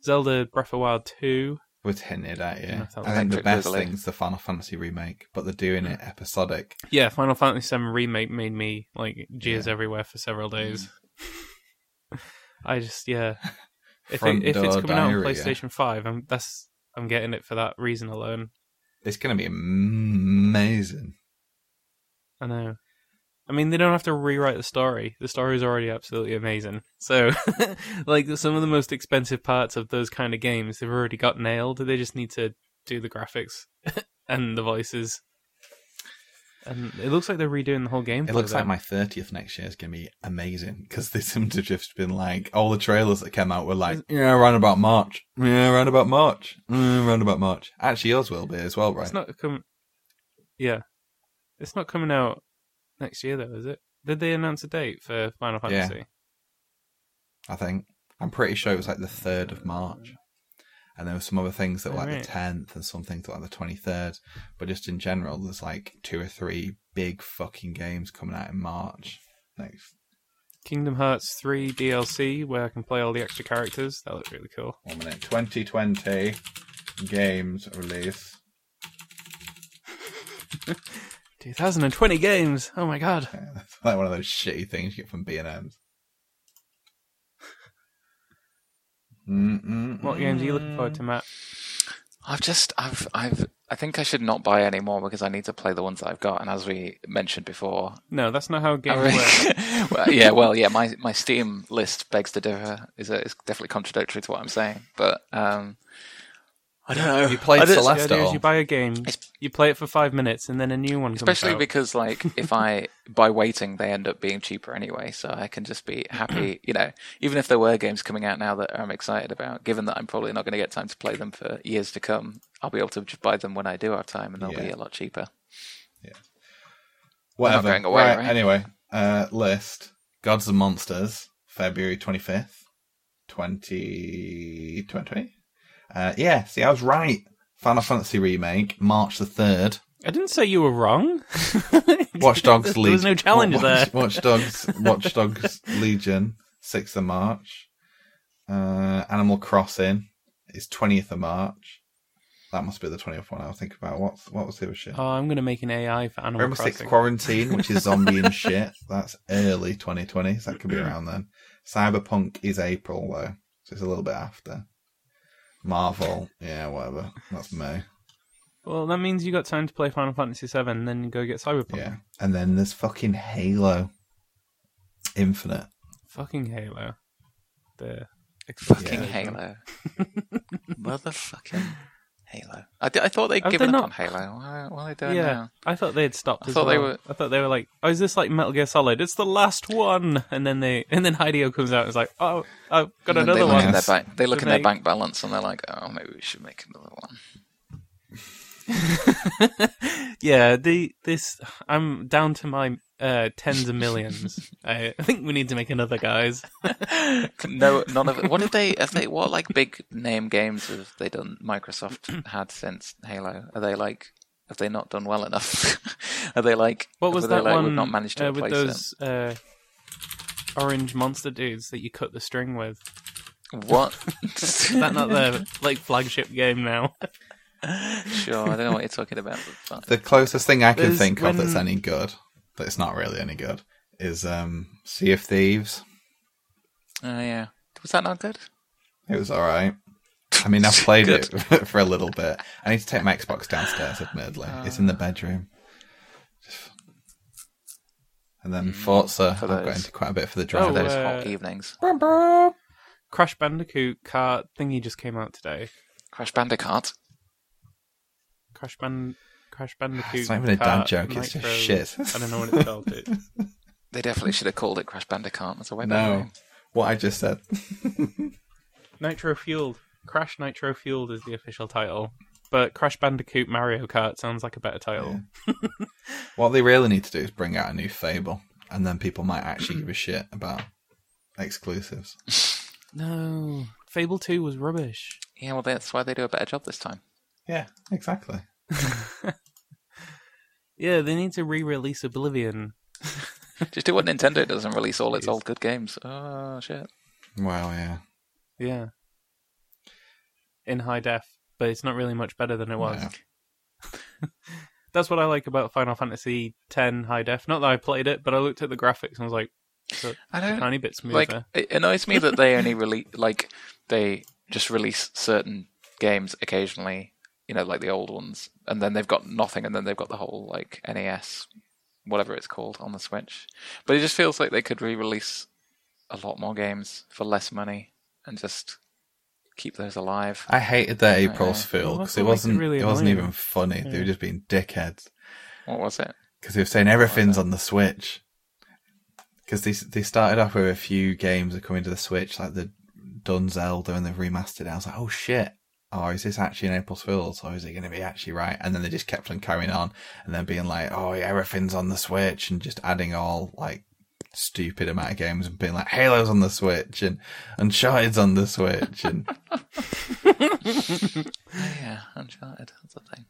Speaker 1: Zelda Breath of Wild 2.
Speaker 2: Was hinted at, yeah.
Speaker 1: That sounds
Speaker 2: I think the
Speaker 3: electric
Speaker 2: best
Speaker 3: drizzly.
Speaker 2: thing's the Final Fantasy remake, but they're doing it episodic.
Speaker 1: Yeah, Final Fantasy VII Remake made me, like, jeers everywhere for
Speaker 2: Mm.
Speaker 1: several days. I just, yeah. If,
Speaker 2: Front
Speaker 1: it, if it's
Speaker 2: door
Speaker 1: coming out on
Speaker 2: diarrhea.
Speaker 1: PlayStation 5, I'm, that's, I'm getting it for that reason alone.
Speaker 2: It's going to be amazing.
Speaker 1: I know. I mean, they don't have to rewrite the story. The story is already absolutely amazing. So, like some of the most expensive parts of those kind of games, they've already got nailed. They just need to do the graphics and the voices. And it looks like they're redoing the whole game.
Speaker 2: It
Speaker 1: for
Speaker 2: looks like
Speaker 1: them.
Speaker 2: my 30th next year is going to be amazing because they seem to have just been like, all the trailers that came out were like, yeah, around about March. Yeah, around about March. Yeah, around about March. Actually, yours will be as well, right?
Speaker 1: It's not coming. Yeah, it's not coming out next year though, is it? Did they announce a date for Final
Speaker 2: Yeah.
Speaker 1: Fantasy?
Speaker 2: I think. I'm pretty sure it was like the 3rd of March. And there were some other things that were like
Speaker 1: Alright.
Speaker 2: the 10th and some things that were like the 23rd. But just in general, there's like two or three big fucking games coming out in March. Like,
Speaker 1: Kingdom Hearts 3 DLC, where I can play all the extra characters. That looked really cool.
Speaker 2: one minute. 2020 games release.
Speaker 1: 2020 games! Oh my god.
Speaker 2: Yeah, that's like one of those shitty things you get from B&M's. Mm-mm.
Speaker 1: What games are you looking forward to, Matt?
Speaker 3: I've just, I've, I've, I think I should not buy any more because I need to play the ones that I've got. And as we mentioned before,
Speaker 1: No, that's not how games
Speaker 3: I mean-
Speaker 1: work.
Speaker 3: well, yeah, well, yeah, my, my Steam list begs to differ. Is it's definitely contradictory to what I'm saying, but um, I don't know.
Speaker 2: You played
Speaker 3: I don't-
Speaker 1: The
Speaker 2: Celeste
Speaker 1: idea is
Speaker 2: all.
Speaker 1: you buy a game,
Speaker 3: It's-
Speaker 1: you play it for five minutes, and then a new one comes
Speaker 3: especially
Speaker 1: out.
Speaker 3: because like if i by waiting they end up being cheaper anyway so i can just be happy you know even if there were games coming out now that i'm excited about given that i'm probably not going to get time to play them for years to come i'll be able to just buy them when i do have time and they'll be
Speaker 2: Yeah.
Speaker 3: a lot cheaper
Speaker 2: Whatever.
Speaker 3: going away,
Speaker 2: right,
Speaker 3: right?
Speaker 2: Anyway, uh, list Gods and Monsters, February 25th, 2020. Uh, yeah, see, I was right. Final Fantasy Remake, March the 3rd.
Speaker 1: I didn't say you were wrong.
Speaker 2: Watch Dogs
Speaker 1: There was
Speaker 2: Legion.
Speaker 1: no challenge there.
Speaker 2: Watch Dogs, Watch Dogs Legion, 6th of March. Uh, Animal Crossing is 20th of March. That must be the 20th one I'll think about. What's, what was the other shit?
Speaker 1: Oh, I'm going to make an AI for Animal
Speaker 2: Rainbow Six
Speaker 1: Crossing.
Speaker 2: Quarantine, which is zombie and shit. That's early 2020, so that could be around then. Cyberpunk is April though, so it's a little bit after. Marvel, yeah, whatever. That's May.
Speaker 1: well, that means you got time to play Final Fantasy VII, and then you go get Cyberpunk.
Speaker 2: Yeah, and then there's fucking Halo Infinite.
Speaker 1: Fucking Halo. There.
Speaker 3: fucking
Speaker 2: Yeah.
Speaker 3: halo motherfucking halo I, d- I thought they'd
Speaker 1: Have
Speaker 3: given
Speaker 1: they
Speaker 3: up
Speaker 1: not-
Speaker 3: on halo why, why are they doing
Speaker 1: yeah,
Speaker 3: now
Speaker 1: I thought they had stopped.
Speaker 3: I
Speaker 1: as
Speaker 3: thought they
Speaker 1: well.
Speaker 3: were-
Speaker 1: I thought they were like, "Oh, is this like Metal Gear Solid? It's the last one." And then they, and then Hideo comes out and is like, "Oh, I've got
Speaker 3: And then
Speaker 1: another
Speaker 3: they look,
Speaker 1: one."
Speaker 3: in their
Speaker 2: Yes.
Speaker 3: bank, they look
Speaker 1: Did
Speaker 3: in their
Speaker 1: they-
Speaker 3: bank balance and they're like, oh, maybe we should make another one.
Speaker 1: yeah, the this I'm down to my uh, tens of millions. I think we need to make another, guys.
Speaker 3: no, none of it. What did they? Have they? What like big name games have they done? Microsoft had since Halo. Are they like? Have they not done well enough? Are they like?
Speaker 1: What was
Speaker 3: were they
Speaker 1: that
Speaker 3: like,
Speaker 1: one
Speaker 3: We've not managed to
Speaker 1: uh, with
Speaker 3: replace
Speaker 1: those uh, orange monster dudes that you cut the string with?
Speaker 3: it. What?
Speaker 1: Is that not their like flagship game now?
Speaker 3: sure, I don't know what you're talking about. But fine.
Speaker 2: The closest thing I can
Speaker 1: There's
Speaker 2: think of that's
Speaker 1: when-
Speaker 2: any good, that's not really any good, is um, Sea of Thieves.
Speaker 3: Oh yeah, was that not good?
Speaker 2: It was all right. I mean, I've played it for a little bit. I need to take my Xbox downstairs, admittedly. it's in
Speaker 3: Ah.
Speaker 2: the bedroom. And then Forza,
Speaker 3: Mm. for
Speaker 2: I've got
Speaker 3: those.
Speaker 2: into quite a bit for the
Speaker 1: Oh,
Speaker 3: For those
Speaker 2: drivers.
Speaker 1: uh,
Speaker 3: hot evenings.
Speaker 1: Crash Bandicoot car thingy just came out today.
Speaker 3: Crash Bandicoot.
Speaker 1: Crash Band Crash Bandicoot.
Speaker 2: It's not even a
Speaker 1: car
Speaker 2: dad joke, it's just
Speaker 1: micro-
Speaker 2: shit.
Speaker 1: I don't know what it's called. It.
Speaker 3: They definitely should have called it Crash Bandicoot. That's a way better
Speaker 2: no,
Speaker 3: name.
Speaker 2: what I just said.
Speaker 1: Nitro Fueled. Crash Nitro Fueled is the official title. But Crash Bandicoot Mario Kart sounds like a better title.
Speaker 2: What they really need to do is bring out a new Fable, and then people might actually give a shit about exclusives.
Speaker 1: No. Fable 2 was rubbish.
Speaker 3: Yeah, well, that's why they do a better job this time.
Speaker 2: Yeah, exactly.
Speaker 1: Yeah, they need to re release Oblivion.
Speaker 3: Just do what Nintendo does and release all its
Speaker 1: Jeez.
Speaker 3: old good games. Oh shit.
Speaker 2: Well, yeah.
Speaker 1: Yeah. In high def, but it's not really much better than it was.
Speaker 2: Yeah.
Speaker 1: That's what I like about Final Fantasy X high def. Not that I played it, but I looked at the graphics and was like, it's a
Speaker 3: I don't
Speaker 1: tiny bit smoother.
Speaker 3: like. It annoys me that they only release like they just release certain games occasionally. You know, like the old ones, and then they've got nothing, and then they've got the whole like NES, whatever it's called, on the Switch. But it just feels like they could re-release a lot more games for less money and just keep those alive.
Speaker 2: I hated their April's
Speaker 3: Uh,
Speaker 2: Fool
Speaker 1: well,
Speaker 2: because
Speaker 1: that's
Speaker 2: it
Speaker 1: what makes it
Speaker 2: wasn't. It,
Speaker 1: really
Speaker 2: wasn't
Speaker 1: annoying.
Speaker 2: even funny. They
Speaker 1: Yeah.
Speaker 2: were just being dickheads.
Speaker 3: What was it?
Speaker 2: because they were saying everything's on the Switch. Because they they started off with a few games that come into the Switch, like the done Zelda, and they've remastered. it. I was like, oh shit. Oh, is this actually an April Fool's, or is it going to be actually right? And then they just kept on carrying on, and then being like, "Oh, yeah, everything's on the Switch," and just adding all like stupid amount of games and being like Halo's on the Switch and Uncharted's on the Switch and
Speaker 3: Oh, yeah, Uncharted. That's a thing.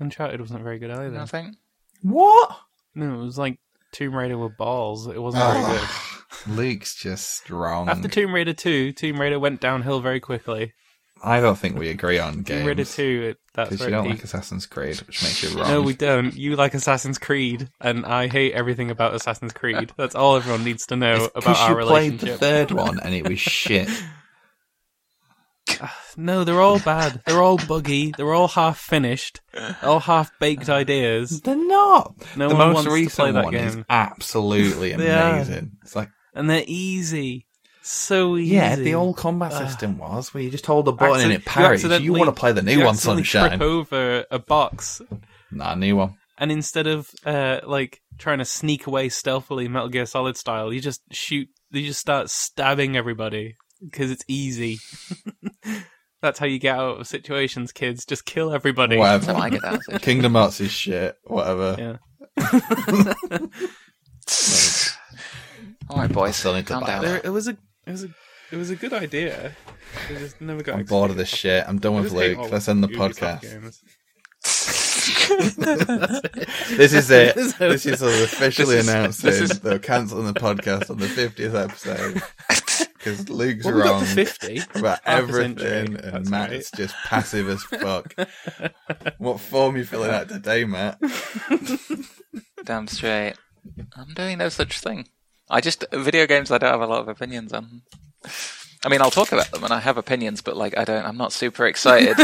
Speaker 1: Uncharted wasn't very good either.
Speaker 3: Nothing.
Speaker 2: what?
Speaker 1: No, it was like Tomb Raider with balls. It wasn't very good.
Speaker 2: Ugh. Luke's just wrong.
Speaker 1: After Tomb Raider 2, Tomb Raider went downhill very quickly.
Speaker 2: I don't think we agree on
Speaker 1: Tomb Raider
Speaker 2: games
Speaker 1: 2, it, that's
Speaker 2: because
Speaker 1: very
Speaker 2: you don't
Speaker 1: deep.
Speaker 2: like Assassin's Creed, which makes you wrong.
Speaker 1: No, we don't. You like Assassin's Creed, and I hate everything about Assassin's Creed. That's all everyone needs to know about our
Speaker 2: you played the
Speaker 1: relationship.
Speaker 2: third one and it was shit.
Speaker 1: No, they're all bad. They're all buggy. They're all half finished. All half baked ideas.
Speaker 2: They're not.
Speaker 1: No
Speaker 2: the
Speaker 1: one
Speaker 2: most
Speaker 1: wants to
Speaker 2: recent
Speaker 1: play that
Speaker 2: one is
Speaker 1: game.
Speaker 2: absolutely
Speaker 1: They are.
Speaker 2: amazing. It's like
Speaker 1: And they're easy. So easy.
Speaker 2: yeah, the old combat
Speaker 1: Ugh.
Speaker 2: system was where you just hold a button and it parries.
Speaker 1: you
Speaker 2: You, want to
Speaker 1: accidentally-
Speaker 2: play the new
Speaker 1: you
Speaker 2: one,
Speaker 1: accidentally
Speaker 2: Sunshine?
Speaker 1: Trip over a box,
Speaker 2: Nah, new one.
Speaker 1: and instead of uh, like trying to sneak away stealthily, Metal Gear Solid style, you just shoot. You just start stabbing everybody because it's easy. That's how you get out of situations, kids. Just kill everybody.
Speaker 3: That's
Speaker 2: Whatever.
Speaker 3: how I get out of it.
Speaker 2: Kingdom Hearts is shit. Whatever.
Speaker 1: Yeah.
Speaker 3: All right, boys.
Speaker 2: still need to
Speaker 3: calm
Speaker 2: buy
Speaker 3: down.
Speaker 1: There, it was a, it was a, it was a good idea. It just never got.
Speaker 2: I'm bored of this shit. I'm done
Speaker 1: I
Speaker 2: with
Speaker 1: oh, just hate
Speaker 2: Luke.
Speaker 1: all
Speaker 2: Let's end the
Speaker 1: Ubisoft
Speaker 2: podcast.
Speaker 1: games.
Speaker 2: This is it.
Speaker 1: This is-
Speaker 2: this is us officially
Speaker 3: this is-
Speaker 2: announcing
Speaker 3: this is-
Speaker 2: they're cancelling the podcast on the 50th episode because Luke's
Speaker 1: Well, we got
Speaker 2: wrong
Speaker 1: to fifty.
Speaker 2: about
Speaker 1: half a century.
Speaker 2: everything, and
Speaker 1: That's
Speaker 2: Matt's just passive as fuck. what form you filling out today, Matt?
Speaker 3: Damn straight. I'm doing no such thing. I just video games. I don't have a lot of opinions on. I mean, I'll talk about them, and I have opinions, but like, I don't. I'm not super excited.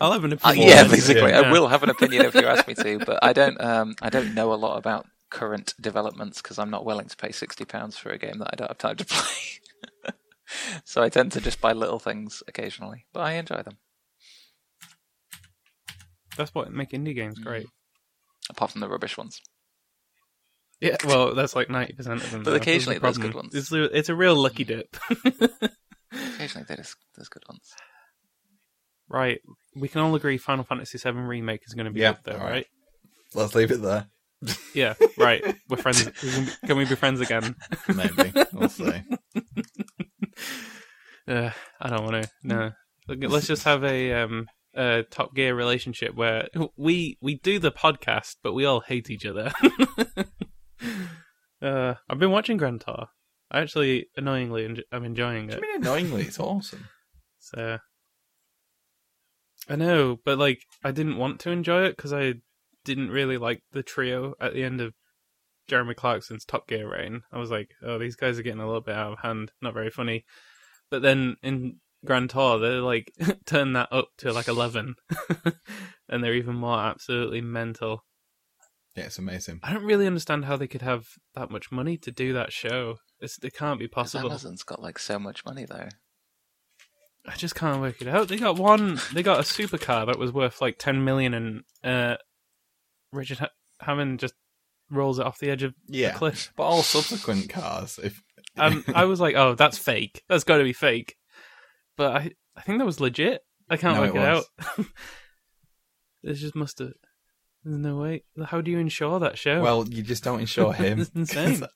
Speaker 1: I'll have an
Speaker 3: Uh,
Speaker 1: opinion.
Speaker 3: yeah,
Speaker 2: Yeah.
Speaker 3: basically,
Speaker 1: Yeah.
Speaker 3: I will have an opinion if you ask me to, but I don't. Um, I don't know a lot about current developments because I'm not willing to pay sixty pounds for a game that I don't have time to play. so I tend to just buy little things occasionally, but I enjoy them.
Speaker 1: That's what make indie games great.
Speaker 3: Apart from the rubbish ones,
Speaker 1: Yeah, well, that's like ninety percent of them.
Speaker 3: But
Speaker 1: though.
Speaker 3: occasionally
Speaker 1: That's the
Speaker 3: there's good
Speaker 1: problem.
Speaker 3: ones.
Speaker 1: It's, a- it's a real lucky dip.
Speaker 3: occasionally there's there's good ones.
Speaker 1: right, we can all agree Final Fantasy VII remake is going to be
Speaker 2: Yeah,
Speaker 1: good, though,
Speaker 2: all right.
Speaker 1: right?
Speaker 2: Let's leave it there.
Speaker 1: Yeah, right. We're friends. We can, can we be friends again?
Speaker 2: Maybe we'll see.
Speaker 1: Uh, I don't want to. No, Look, let's just have a um, a Top Gear relationship where we we do the podcast, but we all hate each other. uh, I've been watching Grand Tour. I actually annoyingly enj- I'm enjoying
Speaker 2: I
Speaker 1: it.
Speaker 2: mean, annoyingly, it's awesome.
Speaker 1: So I know, but like I didn't want to enjoy it because I didn't really like the trio at the end of Jeremy Clarkson's Top Gear reign. I was like, oh, these guys are getting a little bit out of hand, not very funny. But then in Grand Tour, they like turn that up to like eleven, and they're even more absolutely mental.
Speaker 2: Yeah, it's amazing.
Speaker 1: I don't really understand how they could have that much money to do that show. It's, it can't be possible.
Speaker 3: Amazon's got like so much money though.
Speaker 1: I just can't work it out. They got one. They got a supercar that was worth like ten million, and uh, Richard ha- Hammond just rolls it off the edge of the
Speaker 2: Yeah,
Speaker 1: cliff.
Speaker 2: but all subsequent cars, if
Speaker 1: Um, I was like, "Oh, that's fake. That's got to be fake." But I, I think that was legit. I can't
Speaker 2: No,
Speaker 1: work
Speaker 2: it
Speaker 1: it,
Speaker 2: was.
Speaker 1: out. There's just must have. There's no way. How do you insure that show?
Speaker 2: Well, you just don't insure him.
Speaker 1: That's insane.
Speaker 2: 'Cause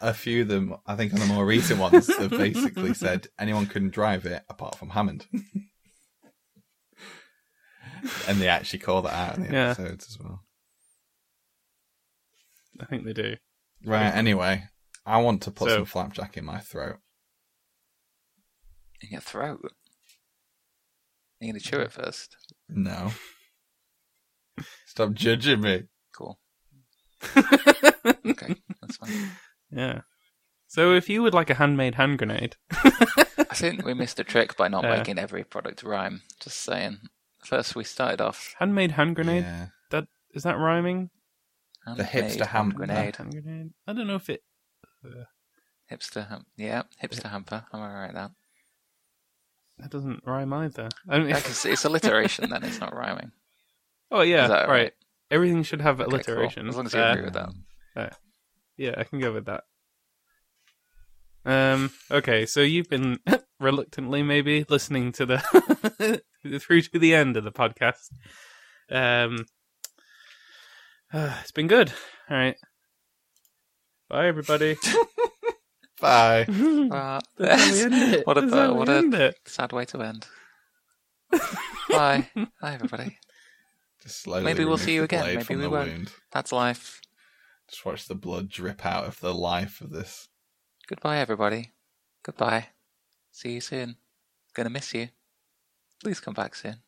Speaker 2: A few of them, I think, on the more recent ones, have basically said anyone couldn't drive it apart from Hammond. and they actually call that out in the
Speaker 1: Yeah.
Speaker 2: episodes as well.
Speaker 1: I think they do.
Speaker 2: Right. Anyway, I want to put
Speaker 1: So-
Speaker 2: some flapjack in my throat.
Speaker 3: In your throat. You're gonna
Speaker 1: Mm-hmm.
Speaker 3: chew it first.
Speaker 2: No. Stop judging me.
Speaker 3: Cool. Okay, that's fine.
Speaker 1: yeah. So if you would like a handmade hand grenade,
Speaker 3: I think we missed a trick by not
Speaker 1: Yeah.
Speaker 3: making every product rhyme. Just saying. First, we started off
Speaker 1: handmade hand grenade
Speaker 2: Yeah.
Speaker 1: is that rhyming?
Speaker 2: The
Speaker 3: handmade
Speaker 2: hipster ham-
Speaker 3: grenade.
Speaker 1: Hand grenade. I don't know if it
Speaker 3: Hipster ham. Yeah, hipster hamper. I'm alright that.
Speaker 1: That doesn't rhyme either. I mean,
Speaker 3: Like, it's, it's alliteration then. It's not rhyming.
Speaker 1: oh yeah,
Speaker 3: Is that
Speaker 1: right. Everything should have
Speaker 3: Okay, cool.
Speaker 1: alliteration.
Speaker 3: As long as you
Speaker 1: Uh,
Speaker 3: agree with that.
Speaker 1: yeah, I can go with that. Um. Okay, so you've been reluctantly, maybe, listening to the through to the end of the podcast. Um. uh, it's been good. All right. Bye, everybody.
Speaker 2: Bye.
Speaker 1: That's
Speaker 3: But
Speaker 1: how we end it.
Speaker 3: Uh, What a
Speaker 1: That's
Speaker 3: bu-
Speaker 1: how we
Speaker 3: what a-
Speaker 1: end it.
Speaker 3: sad way to end. Bye. Hi, everybody.
Speaker 2: Just slowly
Speaker 3: Maybe we'll
Speaker 2: remove
Speaker 3: see you
Speaker 2: the
Speaker 3: again.
Speaker 2: blade
Speaker 3: Maybe
Speaker 2: from
Speaker 3: we
Speaker 2: the
Speaker 3: won't.
Speaker 2: wound.
Speaker 3: That's life.
Speaker 2: Just watch the blood drip out of the life of this.
Speaker 3: Goodbye, everybody. Goodbye. See you soon. Gonna miss you. Please come back soon.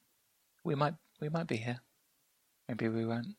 Speaker 3: We might we might be here. Maybe we won't.